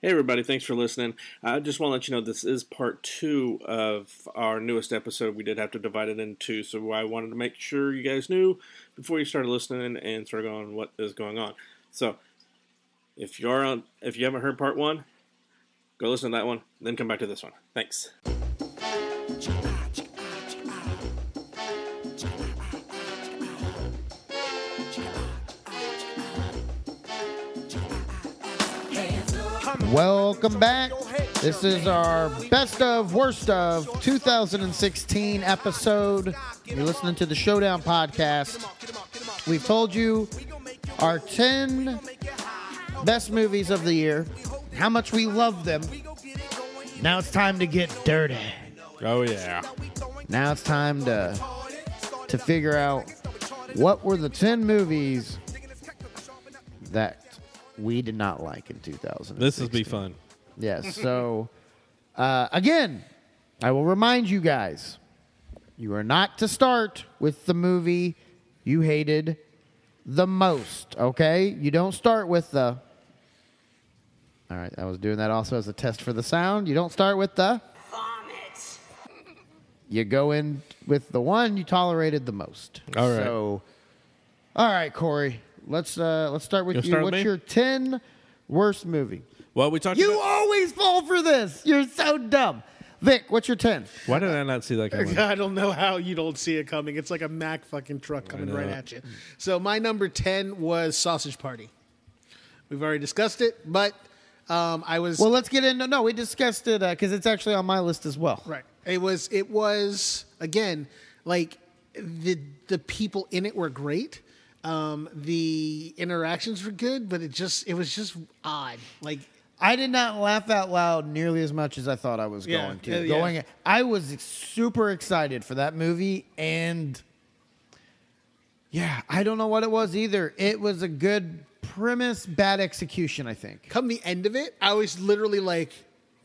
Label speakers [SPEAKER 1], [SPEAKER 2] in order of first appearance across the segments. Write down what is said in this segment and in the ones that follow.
[SPEAKER 1] Hey, everybody, thanks for listening. I just want to let you know this is part two of our newest episode. We did have to divide it into two, so I wanted to make sure you guys knew before you started listening and started going what is going on. So, if you're on, if you haven't heard part one, go listen to that one, then come back to this one. Thanks.
[SPEAKER 2] Welcome back. This is our best of, worst of 2016 episode. You're listening to the Showdown podcast. We've told you our 10 best movies of the year, how much we love them. Now it's time to get dirty.
[SPEAKER 1] Oh, yeah.
[SPEAKER 2] Now it's time to to figure out what were the 10 movies that we did not like in 2000.
[SPEAKER 1] This is be fun.
[SPEAKER 2] Yes. So, uh, again, I will remind you guys you are not to start with the movie you hated the most, okay? You don't start with the. All right, I was doing that also as a test for the sound. You don't start with the.
[SPEAKER 3] Vomit.
[SPEAKER 2] You go in with the one you tolerated the most.
[SPEAKER 1] All right.
[SPEAKER 2] So, all right, Corey. Let's uh, let's start with
[SPEAKER 1] You
[SPEAKER 2] you.
[SPEAKER 1] wanna start with
[SPEAKER 2] What's
[SPEAKER 1] me?
[SPEAKER 2] your ten worst movie?
[SPEAKER 1] Well, we talked
[SPEAKER 2] You
[SPEAKER 1] about.
[SPEAKER 2] always fall for this. You're so dumb. Vic, what's your 10?
[SPEAKER 1] Why did I not see that coming?
[SPEAKER 4] I don't know how you don't see it coming. It's like a Mack fucking truck coming right at you. So my number ten was Sausage Party. We've already discussed it, but um, I was
[SPEAKER 2] Well, let's get into No, we discussed it because it's actually on my list as well.
[SPEAKER 4] right. It was it was again like the the people in it were great. Um, the interactions were good, but it just it was just odd. Like
[SPEAKER 2] I did not laugh out loud nearly as much as I thought I was
[SPEAKER 4] Yeah,
[SPEAKER 2] going
[SPEAKER 4] yeah,
[SPEAKER 2] to.
[SPEAKER 4] yeah.
[SPEAKER 2] Going, I was super excited for that movie, and yeah, I don't know what it was either. It was a good premise, bad execution. I think.
[SPEAKER 4] come the end of it, I was literally like,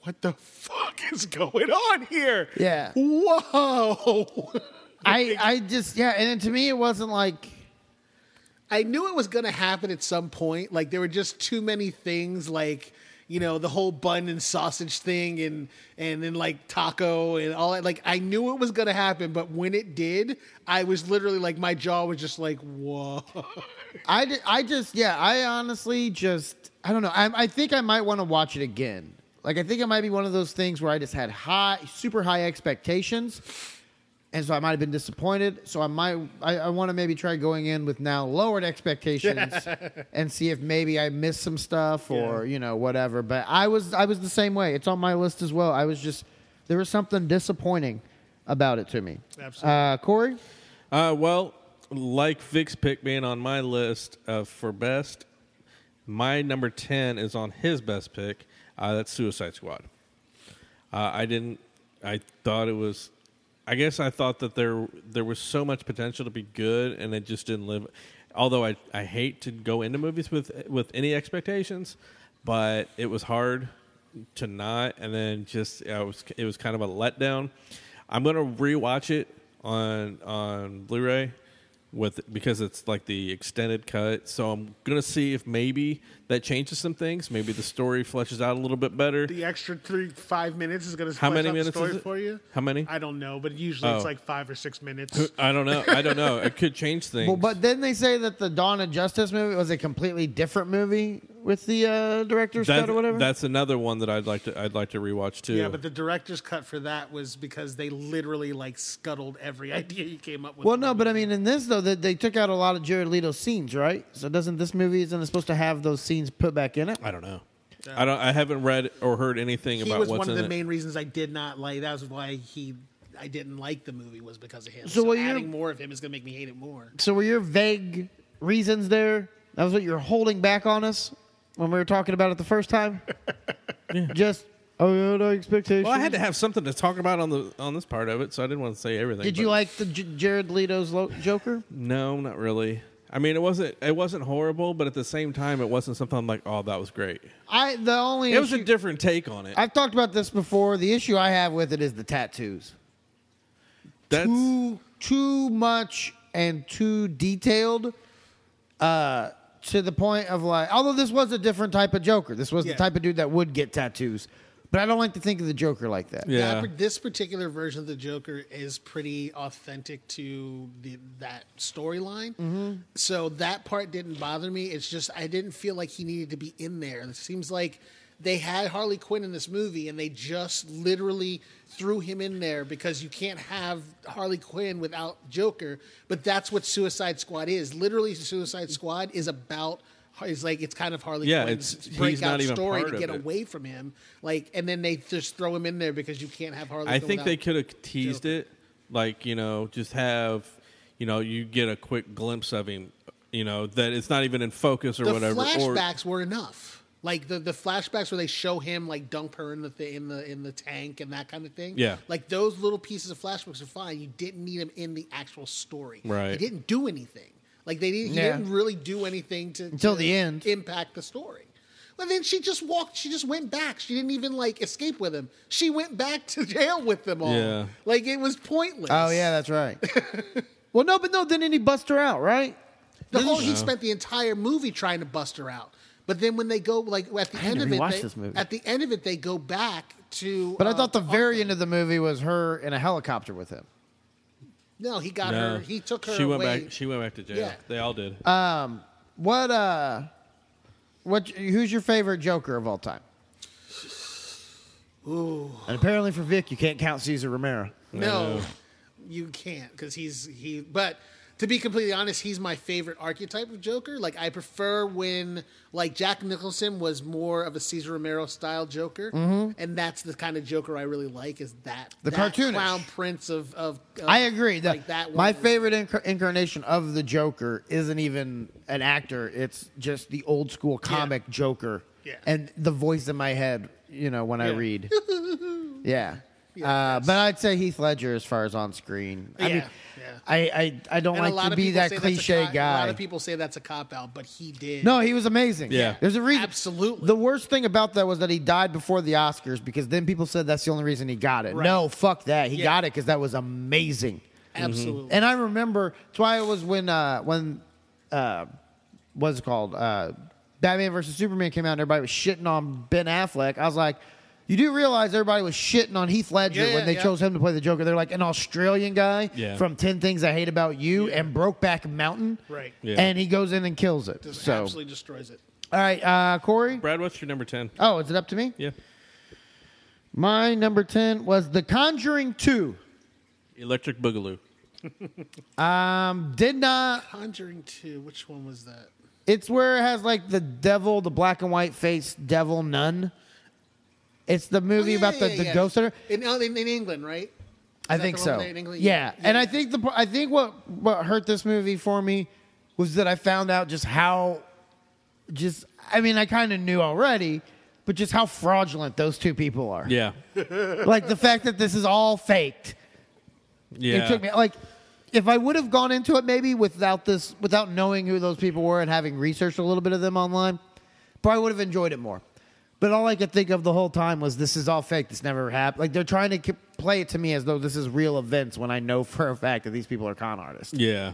[SPEAKER 4] what the fuck is going on here?
[SPEAKER 2] Yeah.
[SPEAKER 4] Whoa.
[SPEAKER 2] I, I just yeah, and then to me, it wasn't like
[SPEAKER 4] I knew it was going to happen at some point. Like there were just too many things, like you know the whole bun and sausage thing, and and then like taco and all that. Like I knew it was going to happen, but when it did, I was literally like my jaw was just like whoa.
[SPEAKER 2] I, di- I just yeah I honestly just I don't know I, I think I might want to watch it again like I think it might be one of those things where I just had high super high expectations and so I might have been disappointed so I might I, I want to maybe try going in with now lowered expectations and see if maybe I missed some stuff or you know whatever but I was I was the same way it's on my list as well I was just there was something disappointing about it to me
[SPEAKER 4] Absolutely.
[SPEAKER 2] uh, Corey
[SPEAKER 1] Uh, well, like Vic's pick being on my list of for best, my number ten is on his best pick. Uh, that's Suicide Squad. Uh, I didn't. I thought it was. I guess I thought that there there was so much potential to be good, and it just didn't live. Although I, I hate to go into movies with with any expectations, but it was hard to not, and then just I was it was kind of a letdown. I'm gonna rewatch it on on Blu-ray with because it's like the extended cut. So I'm gonna see if maybe that changes some things. Maybe the story fleshes out a little bit better.
[SPEAKER 4] the extra three five minutes is going to
[SPEAKER 1] How many minutes
[SPEAKER 4] story
[SPEAKER 1] is it?
[SPEAKER 4] for you.
[SPEAKER 1] How many?
[SPEAKER 4] I don't know, but usually
[SPEAKER 1] Oh.
[SPEAKER 4] it's like five or six minutes.
[SPEAKER 1] I don't know. I don't know. It could change things.
[SPEAKER 2] Well, but then they say that the Dawn of Justice movie was a completely different movie with the uh, director's
[SPEAKER 1] That-
[SPEAKER 2] cut or whatever.
[SPEAKER 1] That's another one that I'd like to I'd like to rewatch too.
[SPEAKER 4] Yeah, but the director's cut for that was because they literally like scuttled every idea you came up with.
[SPEAKER 2] well, no, but I mean, in this though, that they took out a lot of Jared Leto's scenes, right? So doesn't this movie isn't it supposed to have those scenes put back in it?
[SPEAKER 1] I don't know. I don't. I haven't read or heard anything
[SPEAKER 4] he
[SPEAKER 1] about
[SPEAKER 4] was
[SPEAKER 1] what's
[SPEAKER 4] one of
[SPEAKER 1] in
[SPEAKER 4] the
[SPEAKER 1] it.
[SPEAKER 4] main reasons I did not like. That was why he, I didn't like the movie was because of him.
[SPEAKER 2] So
[SPEAKER 4] So,
[SPEAKER 2] what you're-
[SPEAKER 4] adding more of him is going to make me hate it more.
[SPEAKER 2] So were your vague reasons there? That was what you're holding back on us. when we were talking about it the first time? Just oh, yeah, no expectations.
[SPEAKER 1] Well, I had to have something to talk about on the on this part of it, so I didn't want to say everything.
[SPEAKER 2] Did you
[SPEAKER 1] but-
[SPEAKER 2] like the J- Jared Leto's lo- Joker?
[SPEAKER 1] No, not really. I mean, it wasn't it wasn't horrible, but at the same time, it wasn't something I'm like, oh, that was great.
[SPEAKER 2] I the only
[SPEAKER 1] It was a
[SPEAKER 2] issue-
[SPEAKER 1] different take on it.
[SPEAKER 2] I've talked about this before. The issue I have with it is the tattoos.
[SPEAKER 1] That's
[SPEAKER 2] too too much and too detailed uh to the point of like although this was a different type of joker this was
[SPEAKER 4] Yeah.
[SPEAKER 2] the type of dude that would get tattoos but i don't like to think of the joker like that
[SPEAKER 1] yeah.
[SPEAKER 4] That par- this particular version of the Joker is pretty authentic to the, that storyline.
[SPEAKER 1] Mm-hmm.
[SPEAKER 4] So that part didn't bother me. It's just I didn't feel like he needed to be in there. It seems like they had Harley Quinn in this movie and they just literally threw him in there because you can't have Harley Quinn without Joker. But that's what Suicide Squad is. Literally, Suicide Squad is about. It's like it's kind of Harley
[SPEAKER 1] Yeah,
[SPEAKER 4] Quinn's
[SPEAKER 1] it's- he's
[SPEAKER 4] breakout
[SPEAKER 1] not even
[SPEAKER 4] story
[SPEAKER 1] part
[SPEAKER 4] to
[SPEAKER 1] of
[SPEAKER 4] get
[SPEAKER 1] it.
[SPEAKER 4] away away from him. Like, and then they just throw him in there because you can't have Harley.
[SPEAKER 1] I
[SPEAKER 4] Quinn
[SPEAKER 1] think they
[SPEAKER 4] without-
[SPEAKER 1] could have teased it, like you know, just have you know, you get a quick glimpse of him, you know, that it's not even in focus or
[SPEAKER 4] The
[SPEAKER 1] whatever. Or,
[SPEAKER 4] flashbacks were enough. Like the, the flashbacks where they show him like dump her in the th- in the in the tank and that kind of thing.
[SPEAKER 1] Yeah.
[SPEAKER 4] like those little pieces of flashbacks are fine. You didn't need him in the actual story.
[SPEAKER 1] Right.
[SPEAKER 4] He didn't do anything. Like they didn't. He
[SPEAKER 2] Yeah.
[SPEAKER 4] didn't really do anything to
[SPEAKER 2] Until
[SPEAKER 4] to
[SPEAKER 2] the end.
[SPEAKER 4] impact the story. And then she just walked. She just went back. She didn't even like escape with him. She went back to jail with them all.
[SPEAKER 1] Yeah.
[SPEAKER 4] Like it was pointless.
[SPEAKER 2] oh yeah that's right well no but no didn't he bust her out right
[SPEAKER 4] The whole he spent the entire movie trying to bust her out. But then when they go like at the
[SPEAKER 2] had
[SPEAKER 4] end
[SPEAKER 2] to
[SPEAKER 4] of it,
[SPEAKER 2] rewatch
[SPEAKER 4] they-
[SPEAKER 2] this movie.
[SPEAKER 4] at the end of it, they go back to.
[SPEAKER 2] but i
[SPEAKER 4] uh,
[SPEAKER 2] thought the very end of the movie was her in a helicopter with him
[SPEAKER 4] no, he got
[SPEAKER 1] no.
[SPEAKER 4] her. He took her
[SPEAKER 1] She
[SPEAKER 4] away.
[SPEAKER 1] went back. She went back to jail.
[SPEAKER 4] Yeah.
[SPEAKER 1] They all did.
[SPEAKER 2] Uh, what uh what who's your favorite joker of all time Ooh. and apparently for vic you can't count caesar romero
[SPEAKER 4] no, you can't because he's he. But to be completely honest, he's my favorite archetype of Joker. Like I prefer when like Jack Nicholson was more of a Caesar Romero style Joker, and that's the kind of Joker I really like. Is that
[SPEAKER 2] Mm-hmm. The
[SPEAKER 4] that
[SPEAKER 2] cartoonish.
[SPEAKER 4] clown prince of of? of
[SPEAKER 2] I agree. The-
[SPEAKER 4] like that.
[SPEAKER 2] my
[SPEAKER 4] one.
[SPEAKER 2] favorite inc- incarnation of the Joker isn't even an actor. It's just the old school comic Joker.
[SPEAKER 4] Yeah.
[SPEAKER 2] And the voice in my head, you know, when I
[SPEAKER 4] Yeah.
[SPEAKER 2] read. yeah.
[SPEAKER 4] Yeah,
[SPEAKER 2] uh,
[SPEAKER 4] that's-
[SPEAKER 2] but I'd say Heath Ledger as far as on screen. I mean,
[SPEAKER 4] Yeah, yeah.
[SPEAKER 2] I, I, I don't
[SPEAKER 4] And a
[SPEAKER 2] like
[SPEAKER 4] lot
[SPEAKER 2] to
[SPEAKER 4] of
[SPEAKER 2] be
[SPEAKER 4] people
[SPEAKER 2] that
[SPEAKER 4] say that's a
[SPEAKER 2] cliche
[SPEAKER 4] cop-
[SPEAKER 2] guy.
[SPEAKER 4] A lot of people say that's a cop out, but he did.
[SPEAKER 2] No, he was amazing.
[SPEAKER 1] Yeah.
[SPEAKER 2] There's a reason.
[SPEAKER 4] Absolutely.
[SPEAKER 2] The worst thing about that was that he died before the Oscars because then people said that's the only reason he got it.
[SPEAKER 4] Right.
[SPEAKER 2] No, fuck that. He
[SPEAKER 4] Yeah.
[SPEAKER 2] got it because that was amazing.
[SPEAKER 4] absolutely.
[SPEAKER 2] And I remember that's why it was when uh when uh what's it called? Uh Batman versus Superman came out and everybody was shitting on Ben Affleck. I was like, you do realize everybody was shitting on Heath Ledger
[SPEAKER 4] Yeah, yeah,
[SPEAKER 2] when they
[SPEAKER 4] yeah.
[SPEAKER 2] chose him to play the Joker. They're like an Australian guy
[SPEAKER 1] Yeah.
[SPEAKER 2] from Ten Things I Hate About You and Brokeback Mountain.
[SPEAKER 4] Right.
[SPEAKER 1] Yeah.
[SPEAKER 2] And he goes in and kills it.
[SPEAKER 4] Just
[SPEAKER 2] so
[SPEAKER 4] absolutely destroys it.
[SPEAKER 2] all right, uh Corey.
[SPEAKER 1] Brad, what's your number ten?
[SPEAKER 2] Oh, is it up to me?
[SPEAKER 1] Yeah,
[SPEAKER 2] My number ten was The Conjuring Two.
[SPEAKER 1] Electric Boogaloo.
[SPEAKER 2] Um, did not
[SPEAKER 4] Conjuring Two. Which one was that?
[SPEAKER 2] It's where it has like the devil, the black and white face devil nun. It's the movie
[SPEAKER 4] Oh, yeah,
[SPEAKER 2] about the,
[SPEAKER 4] yeah,
[SPEAKER 2] the
[SPEAKER 4] yeah.
[SPEAKER 2] ghost hunter.
[SPEAKER 4] In, oh, in, in England, right?
[SPEAKER 2] I
[SPEAKER 4] that
[SPEAKER 2] think
[SPEAKER 4] the one
[SPEAKER 2] so.
[SPEAKER 4] they- in England?
[SPEAKER 2] Yeah.
[SPEAKER 4] Yeah.
[SPEAKER 2] and I think the I think what what hurt this movie for me was that I found out just how, just I mean I kind of knew already, but just how fraudulent those two people are.
[SPEAKER 1] Yeah,
[SPEAKER 2] Like the fact that this is all faked.
[SPEAKER 1] yeah.
[SPEAKER 2] It took me like if I would have gone into it maybe without this without knowing who those people were and having researched a little bit of them online, probably would have enjoyed it more. But all I could think of the whole time was this is all fake. This never happened. Like they're trying to k- play it to me as though this is real events when I know for a fact that these people are con artists.
[SPEAKER 1] yeah,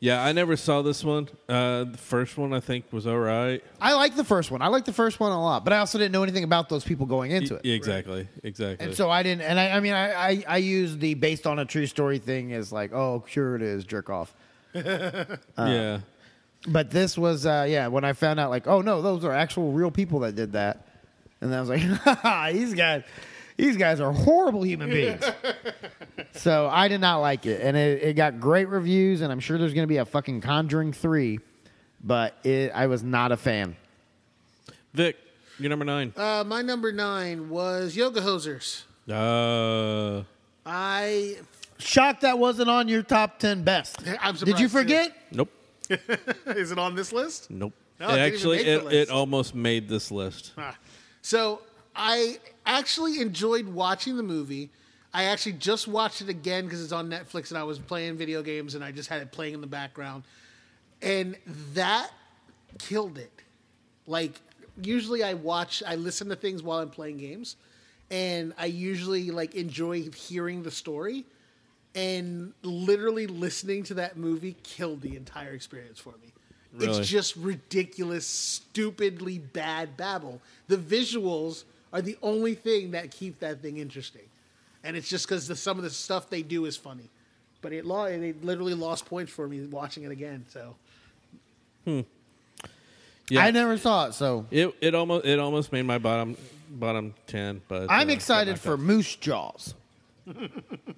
[SPEAKER 1] yeah. I never saw this one. Uh, the first one I think was all right.
[SPEAKER 2] I like the first one. I like the first one a lot, but I also didn't know anything about those people going into it.
[SPEAKER 1] Yeah, exactly, exactly.
[SPEAKER 2] And so I didn't, and I, I mean, I, I, I use the based on a true story thing as like, oh, sure it is, jerk off. uh,
[SPEAKER 1] yeah,
[SPEAKER 2] But this was, uh, yeah, when I found out, like, oh no, those are actual real people that did that, and I was like, "Haha, these guys, these guys are horrible human beings. so I did not like it, and it, it got great reviews, and I'm sure there's going to be a fucking Conjuring three, but it, I was not a fan.
[SPEAKER 1] Vic, you're number nine.
[SPEAKER 4] Uh, my number nine was Yoga Hosers.
[SPEAKER 1] Uh,
[SPEAKER 4] I
[SPEAKER 2] Shocked that wasn't on your top ten best.
[SPEAKER 4] I'm surprised.
[SPEAKER 2] Did you
[SPEAKER 4] too.
[SPEAKER 2] forget?
[SPEAKER 1] nope,
[SPEAKER 4] Is it on this list?
[SPEAKER 1] nope.
[SPEAKER 4] No,
[SPEAKER 1] it
[SPEAKER 4] didn't even
[SPEAKER 1] actually
[SPEAKER 4] make the
[SPEAKER 1] it,
[SPEAKER 4] list.
[SPEAKER 1] it almost made this list.
[SPEAKER 4] So I actually enjoyed watching the movie. I actually just watched it again because it's on Netflix and I was playing video games and I just had it playing in the background. And that killed it. Like usually I watch I listen to things while I'm playing games and I usually like enjoy hearing the story and literally listening to that movie killed the entire experience for me.
[SPEAKER 1] Really?
[SPEAKER 4] It's just ridiculous, stupidly bad babble. The visuals are the only thing that keep that thing interesting, and it's just because some of the stuff they do is funny. But it, lo- it literally lost points for me watching it again. So
[SPEAKER 1] Yeah.
[SPEAKER 2] I never saw it, so
[SPEAKER 1] It it almost it almost made my bottom bottom ten, but
[SPEAKER 2] I'm
[SPEAKER 1] uh,
[SPEAKER 2] excited for Moose Jaws.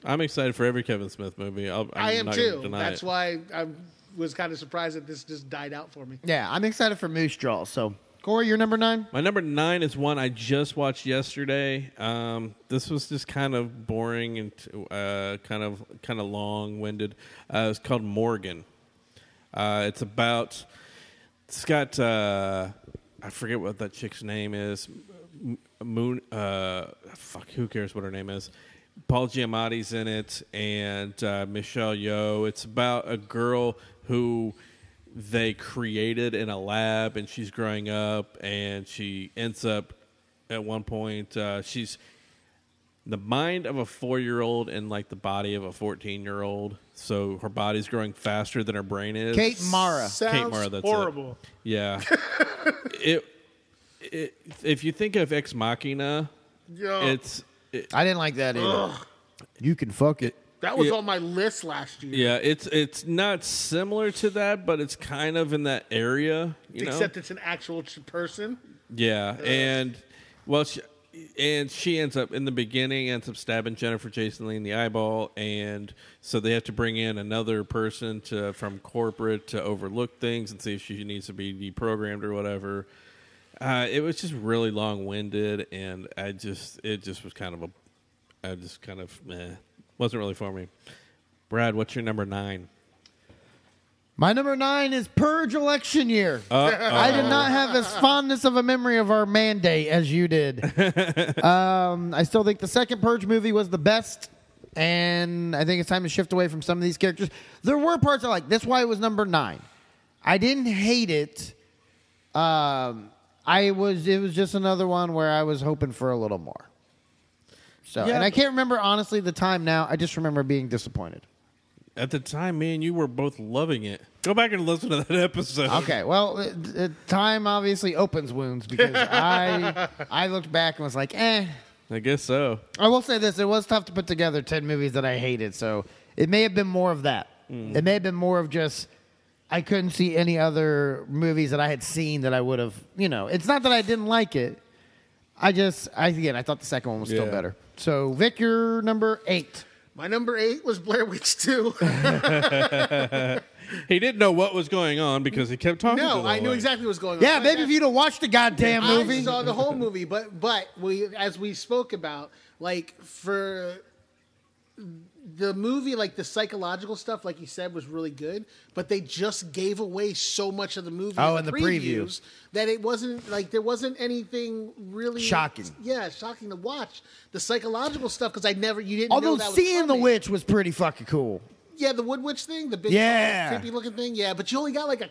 [SPEAKER 1] I'm excited for every Kevin Smith movie. I'll, I'm
[SPEAKER 4] I am
[SPEAKER 1] not gonna
[SPEAKER 4] too.
[SPEAKER 1] deny
[SPEAKER 4] That's
[SPEAKER 1] it.
[SPEAKER 4] why I was kind of surprised that this just died out for me.
[SPEAKER 2] Yeah, I'm excited for Moose Jaws. So, Corey, you're number nine.
[SPEAKER 1] My number nine is one I just watched yesterday. Um, this was just kind of boring and uh, kind of kind of long winded. Uh, it's called Morgan. Uh, it's about it's got uh, I forget what that chick's name is. M- Moon. Uh, fuck. Who cares what her name is? Paul Giamatti's in it and uh, Michelle Yeoh. It's about a girl who they created in a lab, and she's growing up, and she ends up at one point uh, she's the mind of a four year old and like the body of a fourteen year old. So her body's growing faster than her brain is.
[SPEAKER 2] Kate Mara.
[SPEAKER 4] Sounds
[SPEAKER 1] Mara, that's it.
[SPEAKER 4] horrible.
[SPEAKER 1] Yeah. it, it. If you think of Ex Machina,
[SPEAKER 4] Yeah.
[SPEAKER 1] it's it,
[SPEAKER 2] I didn't like that either. You can fuck it.
[SPEAKER 4] That was
[SPEAKER 1] Yeah.
[SPEAKER 4] on my list last year,
[SPEAKER 1] yeah, it's it's not similar to that, but it's kind of in that area. You know?
[SPEAKER 4] except it's an actual ch- person.
[SPEAKER 1] Yeah, and well, she, and she ends up in the beginning ends up stabbing Jennifer Jason Lee in the eyeball, and so they have to bring in another person to from corporate to overlook things and see if she needs to be deprogrammed or whatever. Uh, it was just really long winded, and I just it just was kind of a, I just kind of eh, wasn't really for me. Brad, what's your number nine?
[SPEAKER 2] My number nine is Purge Election Year. I did not have as fondness of a memory of our mandate as you did. um, I still think the second Purge movie was the best, and I think it's time to shift away from some of these characters. There were parts I like. That's why it was number nine. I didn't hate it. Um, I was. It was just another one where I was hoping for a little more. So,
[SPEAKER 1] Yeah,
[SPEAKER 2] and I
[SPEAKER 1] but-
[SPEAKER 2] can't remember honestly the time now. I just remember being disappointed.
[SPEAKER 1] At the time, me and you were both loving it. Go back and listen to that episode.
[SPEAKER 2] Okay, well, uh, uh, time obviously opens wounds because I I looked back and was like, eh.
[SPEAKER 1] I guess so.
[SPEAKER 2] I will say this: it was tough to put together ten movies that I hated, so it may have been more of that. It may have been more of just I couldn't see any other movies that I had seen that I would have. You know, it's not that I didn't like it. I just, I again, I thought the second one was still
[SPEAKER 1] Yeah.
[SPEAKER 2] better. So, Vic, you're number eight.
[SPEAKER 4] My number eight was Blair Witch Two.
[SPEAKER 1] He didn't know what was going on because he kept talking. to
[SPEAKER 4] no,
[SPEAKER 1] the
[SPEAKER 4] I knew
[SPEAKER 1] lawyer.
[SPEAKER 4] exactly what was going on.
[SPEAKER 2] Yeah,
[SPEAKER 4] But
[SPEAKER 2] maybe
[SPEAKER 4] that-
[SPEAKER 2] if you'd have watched the goddamn
[SPEAKER 4] I
[SPEAKER 2] movie.
[SPEAKER 4] saw the whole movie, but but we as we spoke about, like for the movie, like the psychological stuff, like you said, was really good. But they just gave away so much of the movie.
[SPEAKER 2] Oh, in the preview.
[SPEAKER 4] previews that it wasn't like there wasn't anything really
[SPEAKER 2] Shocking.
[SPEAKER 4] Yeah, shocking to watch the psychological stuff because I never you didn't. know
[SPEAKER 2] Although
[SPEAKER 4] that was
[SPEAKER 2] seeing the
[SPEAKER 4] coming.
[SPEAKER 2] witch was pretty fucking cool.
[SPEAKER 4] yeah, the wood witch thing, the big
[SPEAKER 2] Yeah.
[SPEAKER 4] creepy looking thing, yeah. But you only got like a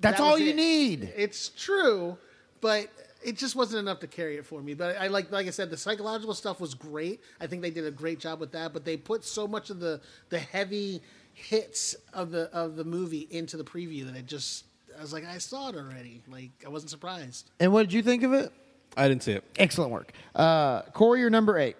[SPEAKER 2] That's
[SPEAKER 4] That
[SPEAKER 2] all
[SPEAKER 4] was
[SPEAKER 2] you
[SPEAKER 4] it.
[SPEAKER 2] need.
[SPEAKER 4] It's true, but it just wasn't enough to carry it for me. But I like, like I said, the psychological stuff was great. I think they did a great job with that. But they put so much of the the heavy hits of the of the movie into the preview that I just I was like, I saw it already. Like I wasn't surprised.
[SPEAKER 2] And what did you think of it?
[SPEAKER 1] I didn't see it.
[SPEAKER 2] Excellent work. Uh, Corey, you're number eight.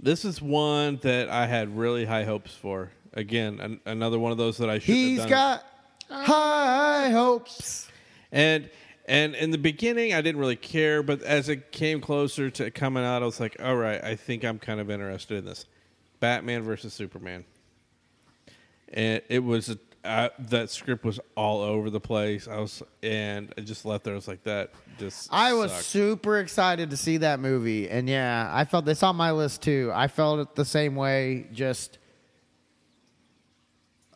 [SPEAKER 1] This is one that I had really high hopes for. Again, an- another one of those that I should.
[SPEAKER 2] He's
[SPEAKER 1] have done.
[SPEAKER 2] got high hopes.
[SPEAKER 1] and and in the beginning I didn't really care, but as it came closer to coming out, I was like, all right, I think I'm kind of interested in this. Batman versus Superman. And it was a, uh, that script was all over the place. I was and I just left there. I was like, that just.
[SPEAKER 2] I was
[SPEAKER 1] sucked.
[SPEAKER 2] super excited to see that movie, and yeah, I felt this on my list too. I felt it the same way. Just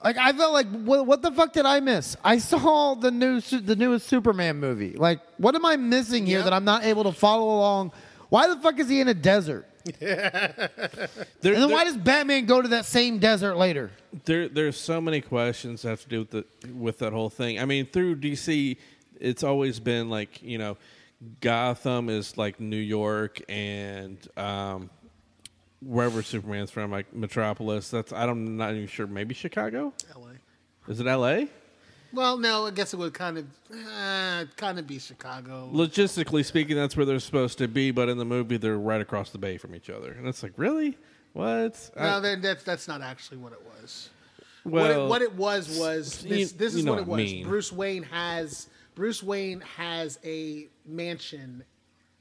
[SPEAKER 2] Like I felt like what, what the fuck did I miss? I saw the new su- the newest Superman movie. Like what am I missing here
[SPEAKER 4] Yeah.
[SPEAKER 2] that I'm not able to follow along? Why the fuck is he in a desert?
[SPEAKER 1] There-
[SPEAKER 2] And then
[SPEAKER 1] there-
[SPEAKER 2] why does Batman go to that same desert later?
[SPEAKER 1] there there's so many questions that have to do with the with that whole thing. I mean, through DC, it's always been like you know, Gotham is like New York and um, wherever Superman's from, like Metropolis. That's I'm not even sure. Maybe Chicago.
[SPEAKER 4] LA.
[SPEAKER 1] Is it L.A.
[SPEAKER 4] Well, no, I guess it would kind of, uh, kind of be Chicago.
[SPEAKER 1] Logistically speaking, that's where they're supposed to be, but in the movie, they're right across the bay from each other, and it's like really. What? I-
[SPEAKER 4] no, then that's that's not actually what it was.
[SPEAKER 1] well,
[SPEAKER 4] what, it, what it was was
[SPEAKER 1] you-
[SPEAKER 4] this. this
[SPEAKER 1] you
[SPEAKER 4] is
[SPEAKER 1] know
[SPEAKER 4] what it
[SPEAKER 1] what I
[SPEAKER 4] was.
[SPEAKER 1] mean.
[SPEAKER 4] Bruce Wayne has Bruce Wayne has a mansion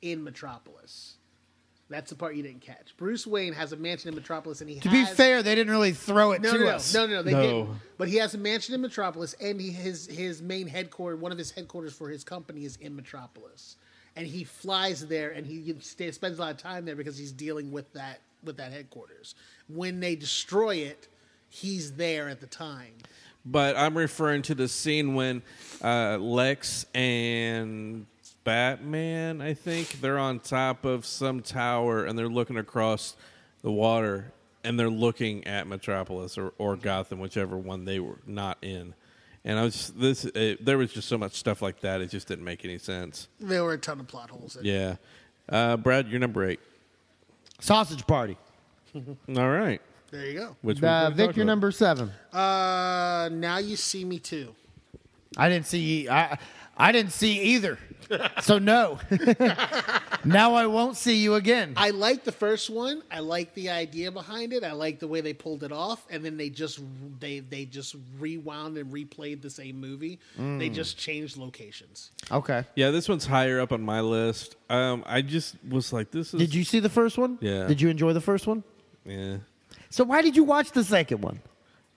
[SPEAKER 4] in Metropolis. That's the part you didn't catch. Bruce Wayne has a mansion in Metropolis, and he
[SPEAKER 2] To be
[SPEAKER 4] has,
[SPEAKER 2] fair, they didn't really throw it
[SPEAKER 4] No,
[SPEAKER 2] to
[SPEAKER 4] no, no,
[SPEAKER 2] us.
[SPEAKER 4] no, no, they
[SPEAKER 1] No.
[SPEAKER 4] didn't. But he has a mansion in Metropolis, and he, his his main headquarters, one of his headquarters for his company, is in Metropolis, and he flies there, and he sta spends a lot of time there because he's dealing with that with that headquarters. When they destroy it, he's there at the time.
[SPEAKER 1] But I'm referring to the scene when uh, Lex and Batman, I think, they're on top of some tower and they're looking across the water and they're looking at Metropolis or, or Gotham, whichever one they were not in. And I was this. It, there was just so much stuff like that. It just didn't make any sense.
[SPEAKER 4] There were a ton of plot holes. In it.
[SPEAKER 1] Yeah, uh, Brad, you're number eight.
[SPEAKER 2] Sausage party.
[SPEAKER 1] All right,
[SPEAKER 4] There you go.
[SPEAKER 1] which
[SPEAKER 2] Uh,
[SPEAKER 1] we're gonna
[SPEAKER 2] Vic,
[SPEAKER 1] talk
[SPEAKER 2] you're
[SPEAKER 1] about.
[SPEAKER 2] number seven.
[SPEAKER 4] Uh, now you see me too.
[SPEAKER 2] I didn't see. I I didn't see either. so no. now I won't see you again.
[SPEAKER 4] I like the first one. I like the idea behind it. I like the way they pulled it off, and then they just they they just rewound and replayed the same movie. They
[SPEAKER 1] Mm.
[SPEAKER 4] just changed locations.
[SPEAKER 2] okay.
[SPEAKER 1] Yeah, this one's higher up on my list. Um, I just was like, this is.
[SPEAKER 2] Did you see the first one?
[SPEAKER 1] Yeah.
[SPEAKER 2] Did you enjoy the first one?
[SPEAKER 1] Yeah.
[SPEAKER 2] So why did you watch the second one?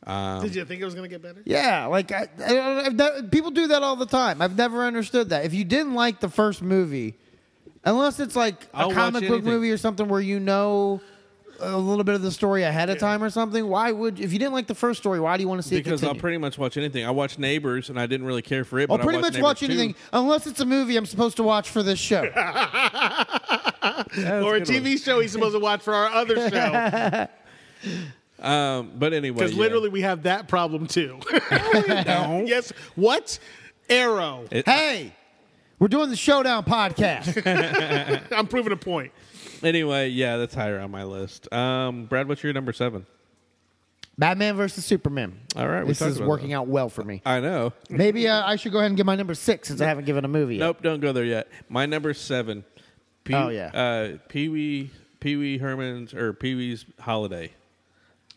[SPEAKER 1] Um,
[SPEAKER 4] Did you think it was going to get better?
[SPEAKER 2] Yeah, like I, I, I, I've ne- people do that all the time. I've never understood that. If you didn't like the first movie, unless it's like a
[SPEAKER 1] I'll watch
[SPEAKER 2] comic book
[SPEAKER 1] anything.
[SPEAKER 2] movie or something where you know a little bit of the story ahead of time or something, why would if you didn't like the first story, why do you want to see
[SPEAKER 1] because
[SPEAKER 2] it
[SPEAKER 1] I'll
[SPEAKER 2] continue?
[SPEAKER 1] pretty much watch anything. I watched Neighbors, and I didn't really care for it.
[SPEAKER 2] I'll
[SPEAKER 1] but
[SPEAKER 2] pretty
[SPEAKER 1] I watched
[SPEAKER 2] much watch
[SPEAKER 1] Neighbors
[SPEAKER 2] anything
[SPEAKER 1] 2.
[SPEAKER 2] unless it's a movie I'm supposed to watch for this show.
[SPEAKER 1] that's
[SPEAKER 4] or a
[SPEAKER 1] good
[SPEAKER 4] TV show he's supposed to watch for our other show?
[SPEAKER 1] Um, but anyway,
[SPEAKER 4] Because
[SPEAKER 1] yeah.
[SPEAKER 4] literally we have that problem too. Yes. What? Arrow.
[SPEAKER 2] hey, we're doing the Showdown podcast.
[SPEAKER 4] I'm proving a point.
[SPEAKER 1] anyway, yeah, that's higher on my list. Um, Brad, what's your number seven?
[SPEAKER 2] Batman versus Superman.
[SPEAKER 1] All right, we
[SPEAKER 2] this
[SPEAKER 1] talked
[SPEAKER 2] is
[SPEAKER 1] about
[SPEAKER 2] working
[SPEAKER 1] that.
[SPEAKER 2] out well for me.
[SPEAKER 1] I know.
[SPEAKER 2] Maybe uh, I should go ahead and get my number six since I haven't given a movie yet.
[SPEAKER 1] Nope, don't go there yet. My number seven. Pee-
[SPEAKER 2] Oh, yeah.
[SPEAKER 1] uh, Pee Wee Pee Wee Herman's or Pee Wee's Holiday.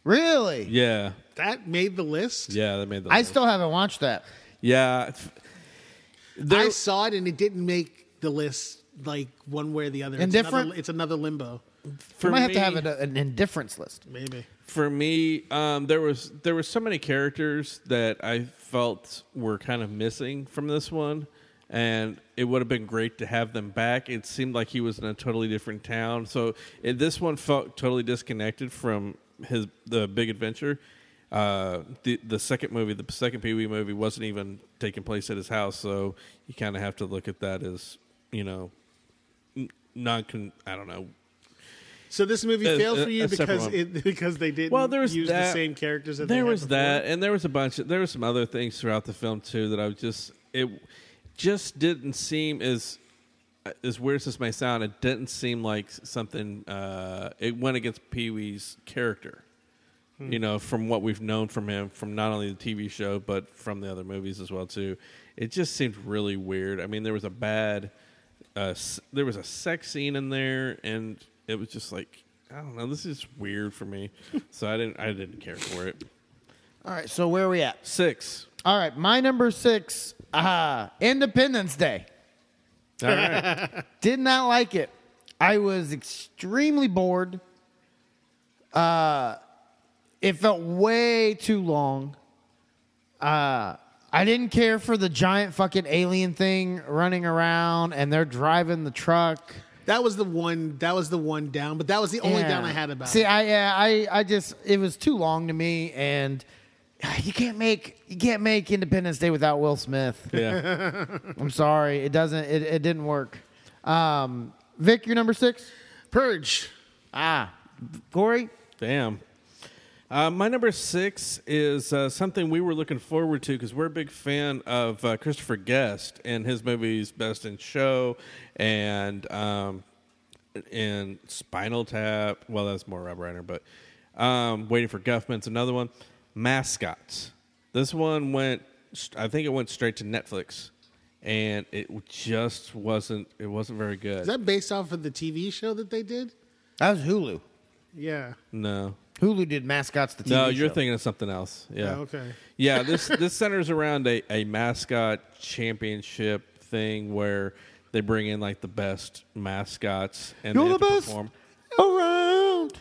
[SPEAKER 2] Really?
[SPEAKER 1] Yeah,
[SPEAKER 4] That made the list.
[SPEAKER 1] yeah, that made the.
[SPEAKER 2] I
[SPEAKER 1] list.
[SPEAKER 2] still haven't watched that.
[SPEAKER 1] yeah.
[SPEAKER 4] I saw it and it didn't make the list like one way or the other. It's
[SPEAKER 2] Indifferent?
[SPEAKER 4] Another, it's another limbo.
[SPEAKER 1] For
[SPEAKER 2] I might have
[SPEAKER 1] me-
[SPEAKER 2] to have an, an indifference list.
[SPEAKER 4] Maybe.
[SPEAKER 1] for me um, there was there were so many characters that i felt were kind of missing from this one and it would have been great to have them back it seemed like he was in a totally different town so it, this one felt totally disconnected from his the big adventure uh, the the second movie, the second Pee Wee movie, wasn't even taking place at his house, so you kind of have to look at that as you know, n- non con. I don't know.
[SPEAKER 4] So this movie
[SPEAKER 1] Uh,
[SPEAKER 4] failed
[SPEAKER 1] uh,
[SPEAKER 4] for you
[SPEAKER 1] a separate
[SPEAKER 4] because
[SPEAKER 1] one.
[SPEAKER 4] it because they didn't
[SPEAKER 1] well, there was
[SPEAKER 4] use
[SPEAKER 1] that.
[SPEAKER 4] the same characters. That they
[SPEAKER 1] there
[SPEAKER 4] had
[SPEAKER 1] was
[SPEAKER 4] before?
[SPEAKER 1] that, and there was a bunch of there were some other things throughout the film too that I was just it just didn't seem as as weird as this may sound. It didn't seem like something. Uh, it went against Pee Wee's character. You know, from what we've known from him, from not only the TV show but from the other movies as well too, it just seemed really weird. I mean, there was a bad, uh, s- there was a sex scene in there, and it was just like I don't know, this is weird for me. so I didn't, I didn't care for it.
[SPEAKER 2] All right, so where are we at?
[SPEAKER 1] Six.
[SPEAKER 2] All right, my number six, uh, Independence Day.
[SPEAKER 1] All right.
[SPEAKER 2] Did not like it. I was extremely bored. Uh, it felt way too long. Uh, I didn't care for the giant fucking alien thing running around and they're driving the truck.
[SPEAKER 4] That was the one. That was the one down. But that was the only down I had about
[SPEAKER 2] See,
[SPEAKER 4] it.
[SPEAKER 2] I yeah, I I just it was too long to me, and you can't make you can't make Independence Day without Will Smith.
[SPEAKER 1] Yeah.
[SPEAKER 2] I'm sorry, it doesn't. It, it didn't work. Um, Vic, you're number six.
[SPEAKER 4] Purge.
[SPEAKER 2] Ah, Corey.
[SPEAKER 1] Damn. Uh, my number six is uh, something we were looking forward to because we're a big fan of uh, Christopher Guest and his movies Best in Show and um, and Spinal Tap. Well, that's more Rob Reiner, but um, Waiting for Guffman's another one. Mascots. This one went. st- I think it went straight to Netflix, and it just wasn't. It wasn't very good.
[SPEAKER 4] Is that based off of the TV show that they did?
[SPEAKER 2] That was Hulu.
[SPEAKER 4] Yeah.
[SPEAKER 1] no.
[SPEAKER 2] Hulu did mascots. The TV
[SPEAKER 1] No, you're
[SPEAKER 2] show.
[SPEAKER 1] thinking of something else. Yeah.
[SPEAKER 4] Oh, okay.
[SPEAKER 1] Yeah, this this centers around a, a mascot championship thing where they bring in like the best mascots and they
[SPEAKER 2] You're the
[SPEAKER 1] have to
[SPEAKER 2] best
[SPEAKER 1] perform.
[SPEAKER 2] around.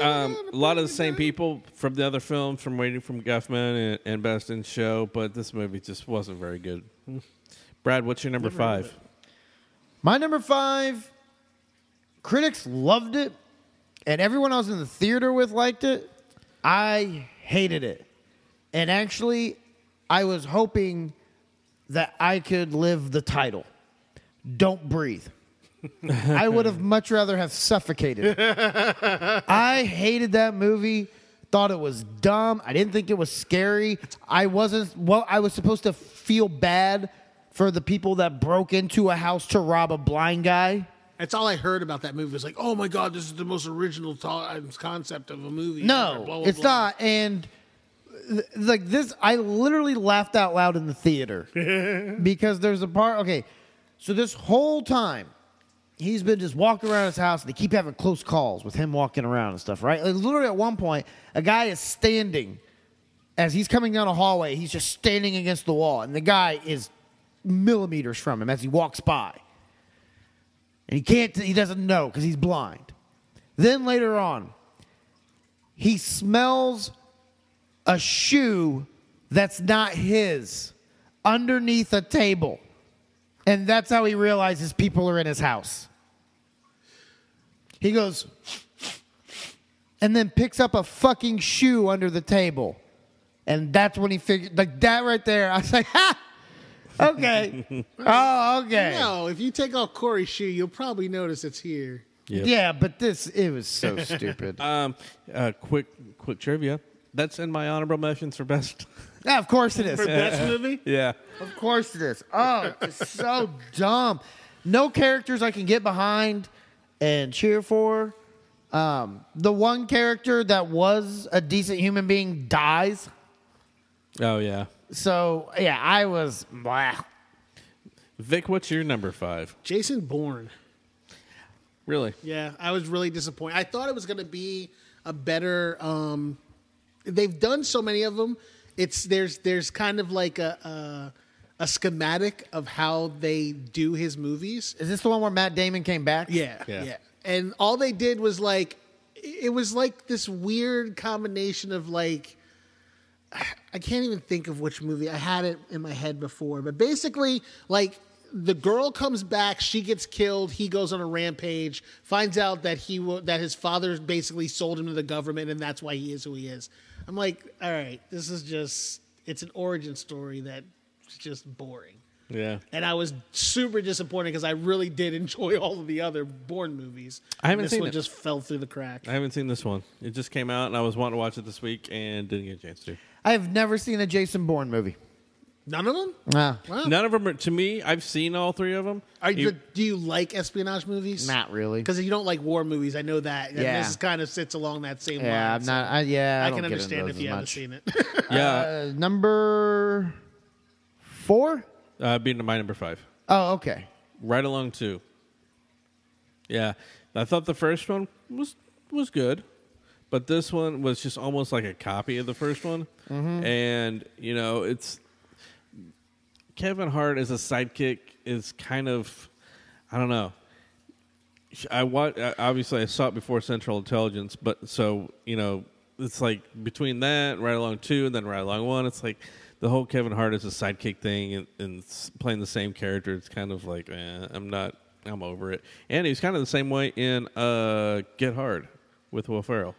[SPEAKER 1] Um, a lot of the same people from the other films, from Waiting from Guffman and, and Best in Show, but this movie just wasn't very good. Brad, what's your number five?
[SPEAKER 2] My number five, critics loved it, and everyone I was in the theater with liked it. I hated it. And actually, I was hoping that I could live the title Don't Breathe. I would have much rather have suffocated. I hated that movie. Thought it was dumb. I didn't think it was scary. I wasn't. Well, I was supposed to feel bad for the people that broke into a house to rob a blind guy.
[SPEAKER 4] That's all I heard about that movie. It was like, oh my god, this is the most original to- concept of a movie.
[SPEAKER 2] No,
[SPEAKER 4] Blah, blah,
[SPEAKER 2] it's
[SPEAKER 4] blah.
[SPEAKER 2] not. And th- like this, I literally laughed out loud in the theater because there's a part. Okay, so this whole time he's been just walking around his house, and they keep having close calls with him walking around and stuff. Right? Like, literally, at one point, a guy is standing as he's coming down a hallway. He's just standing against the wall, and the guy is millimeters from him as he walks by, and he can't. He doesn't know because he's blind. Then later on, he smells a shoe that's not his underneath a table. And that's how he realizes people are in his house. He goes and then picks up a fucking shoe under the table. And that's when he figured, like that right there. I was like, ha! Okay. oh, okay.
[SPEAKER 4] No, if you take off Corey's shoe, you'll probably notice it's here.
[SPEAKER 2] Yeah, but this, it was so stupid.
[SPEAKER 1] Um, uh, quick quick trivia. That's in my honorable mentions for best.
[SPEAKER 2] yeah, of course it is.
[SPEAKER 4] Best movie?
[SPEAKER 1] yeah.
[SPEAKER 2] Of course it is. Oh, it's so dumb. No characters I can get behind and cheer for. Um, the one character that was a decent human being dies.
[SPEAKER 1] Oh yeah.
[SPEAKER 2] So yeah, I was. Blah.
[SPEAKER 1] Vic, what's your number five?
[SPEAKER 4] Jason Bourne.
[SPEAKER 1] Really?
[SPEAKER 4] Yeah, I was really disappointed. I thought it was going to be a better. Um, they've done so many of them. It's there's there's kind of like a a, a schematic of how they do his movies.
[SPEAKER 2] Is this the one where Matt Damon came back?
[SPEAKER 4] Yeah,
[SPEAKER 1] Yeah.
[SPEAKER 4] yeah. And all they did was like, it was like this weird combination of like, I can't even think of which movie. I had it in my head before, but basically, like, the girl comes back, she gets killed, he goes on a rampage, finds out that he will, that his father basically sold him to the government, and that's why he is who he is. I'm like, all right, this is just, it's an origin story that's just boring
[SPEAKER 1] Yeah.
[SPEAKER 4] and I was super disappointed because I really did enjoy all of the other Bourne movies.
[SPEAKER 1] I haven't
[SPEAKER 4] this
[SPEAKER 1] seen
[SPEAKER 4] one
[SPEAKER 1] it.
[SPEAKER 4] just fell through the crack.
[SPEAKER 1] I haven't seen this one. It just came out, and I was wanting to watch it this week and didn't get a chance to.
[SPEAKER 2] I have never seen a Jason Bourne movie. Ah.
[SPEAKER 4] None of them.
[SPEAKER 2] Nah,
[SPEAKER 4] Wow.
[SPEAKER 1] None of them are to me. I've seen all three of them.
[SPEAKER 4] Are you, do you like espionage movies?
[SPEAKER 2] not really.
[SPEAKER 4] because you don't like war movies. I know that. And
[SPEAKER 2] Yeah.
[SPEAKER 4] this is kind of sits along that same line.
[SPEAKER 2] Yeah, I'm
[SPEAKER 4] so
[SPEAKER 2] not. I, yeah, I,
[SPEAKER 4] I
[SPEAKER 2] don't
[SPEAKER 4] can
[SPEAKER 2] get into
[SPEAKER 4] understand
[SPEAKER 2] those
[SPEAKER 4] if
[SPEAKER 2] as
[SPEAKER 4] you haven't
[SPEAKER 2] much.
[SPEAKER 4] seen it.
[SPEAKER 1] yeah,
[SPEAKER 2] Uh, number four.
[SPEAKER 1] uh, being my number five,
[SPEAKER 2] Oh, okay.
[SPEAKER 1] right along two. Yeah, I thought the first one was was good, but this one was just almost like a copy of the first one, and you know it's Kevin Hart as a sidekick is kind of, I don't know. I wa- I- obviously I saw it before Central Intelligence, but so you know it's like between that right along two and then right along one, it's like the whole Kevin Hart is a sidekick thing and, and s- playing the same character. It's kind of like eh, I'm not, I'm over it. And he's kind of the same way in uh, Get Hard with Will Ferrell.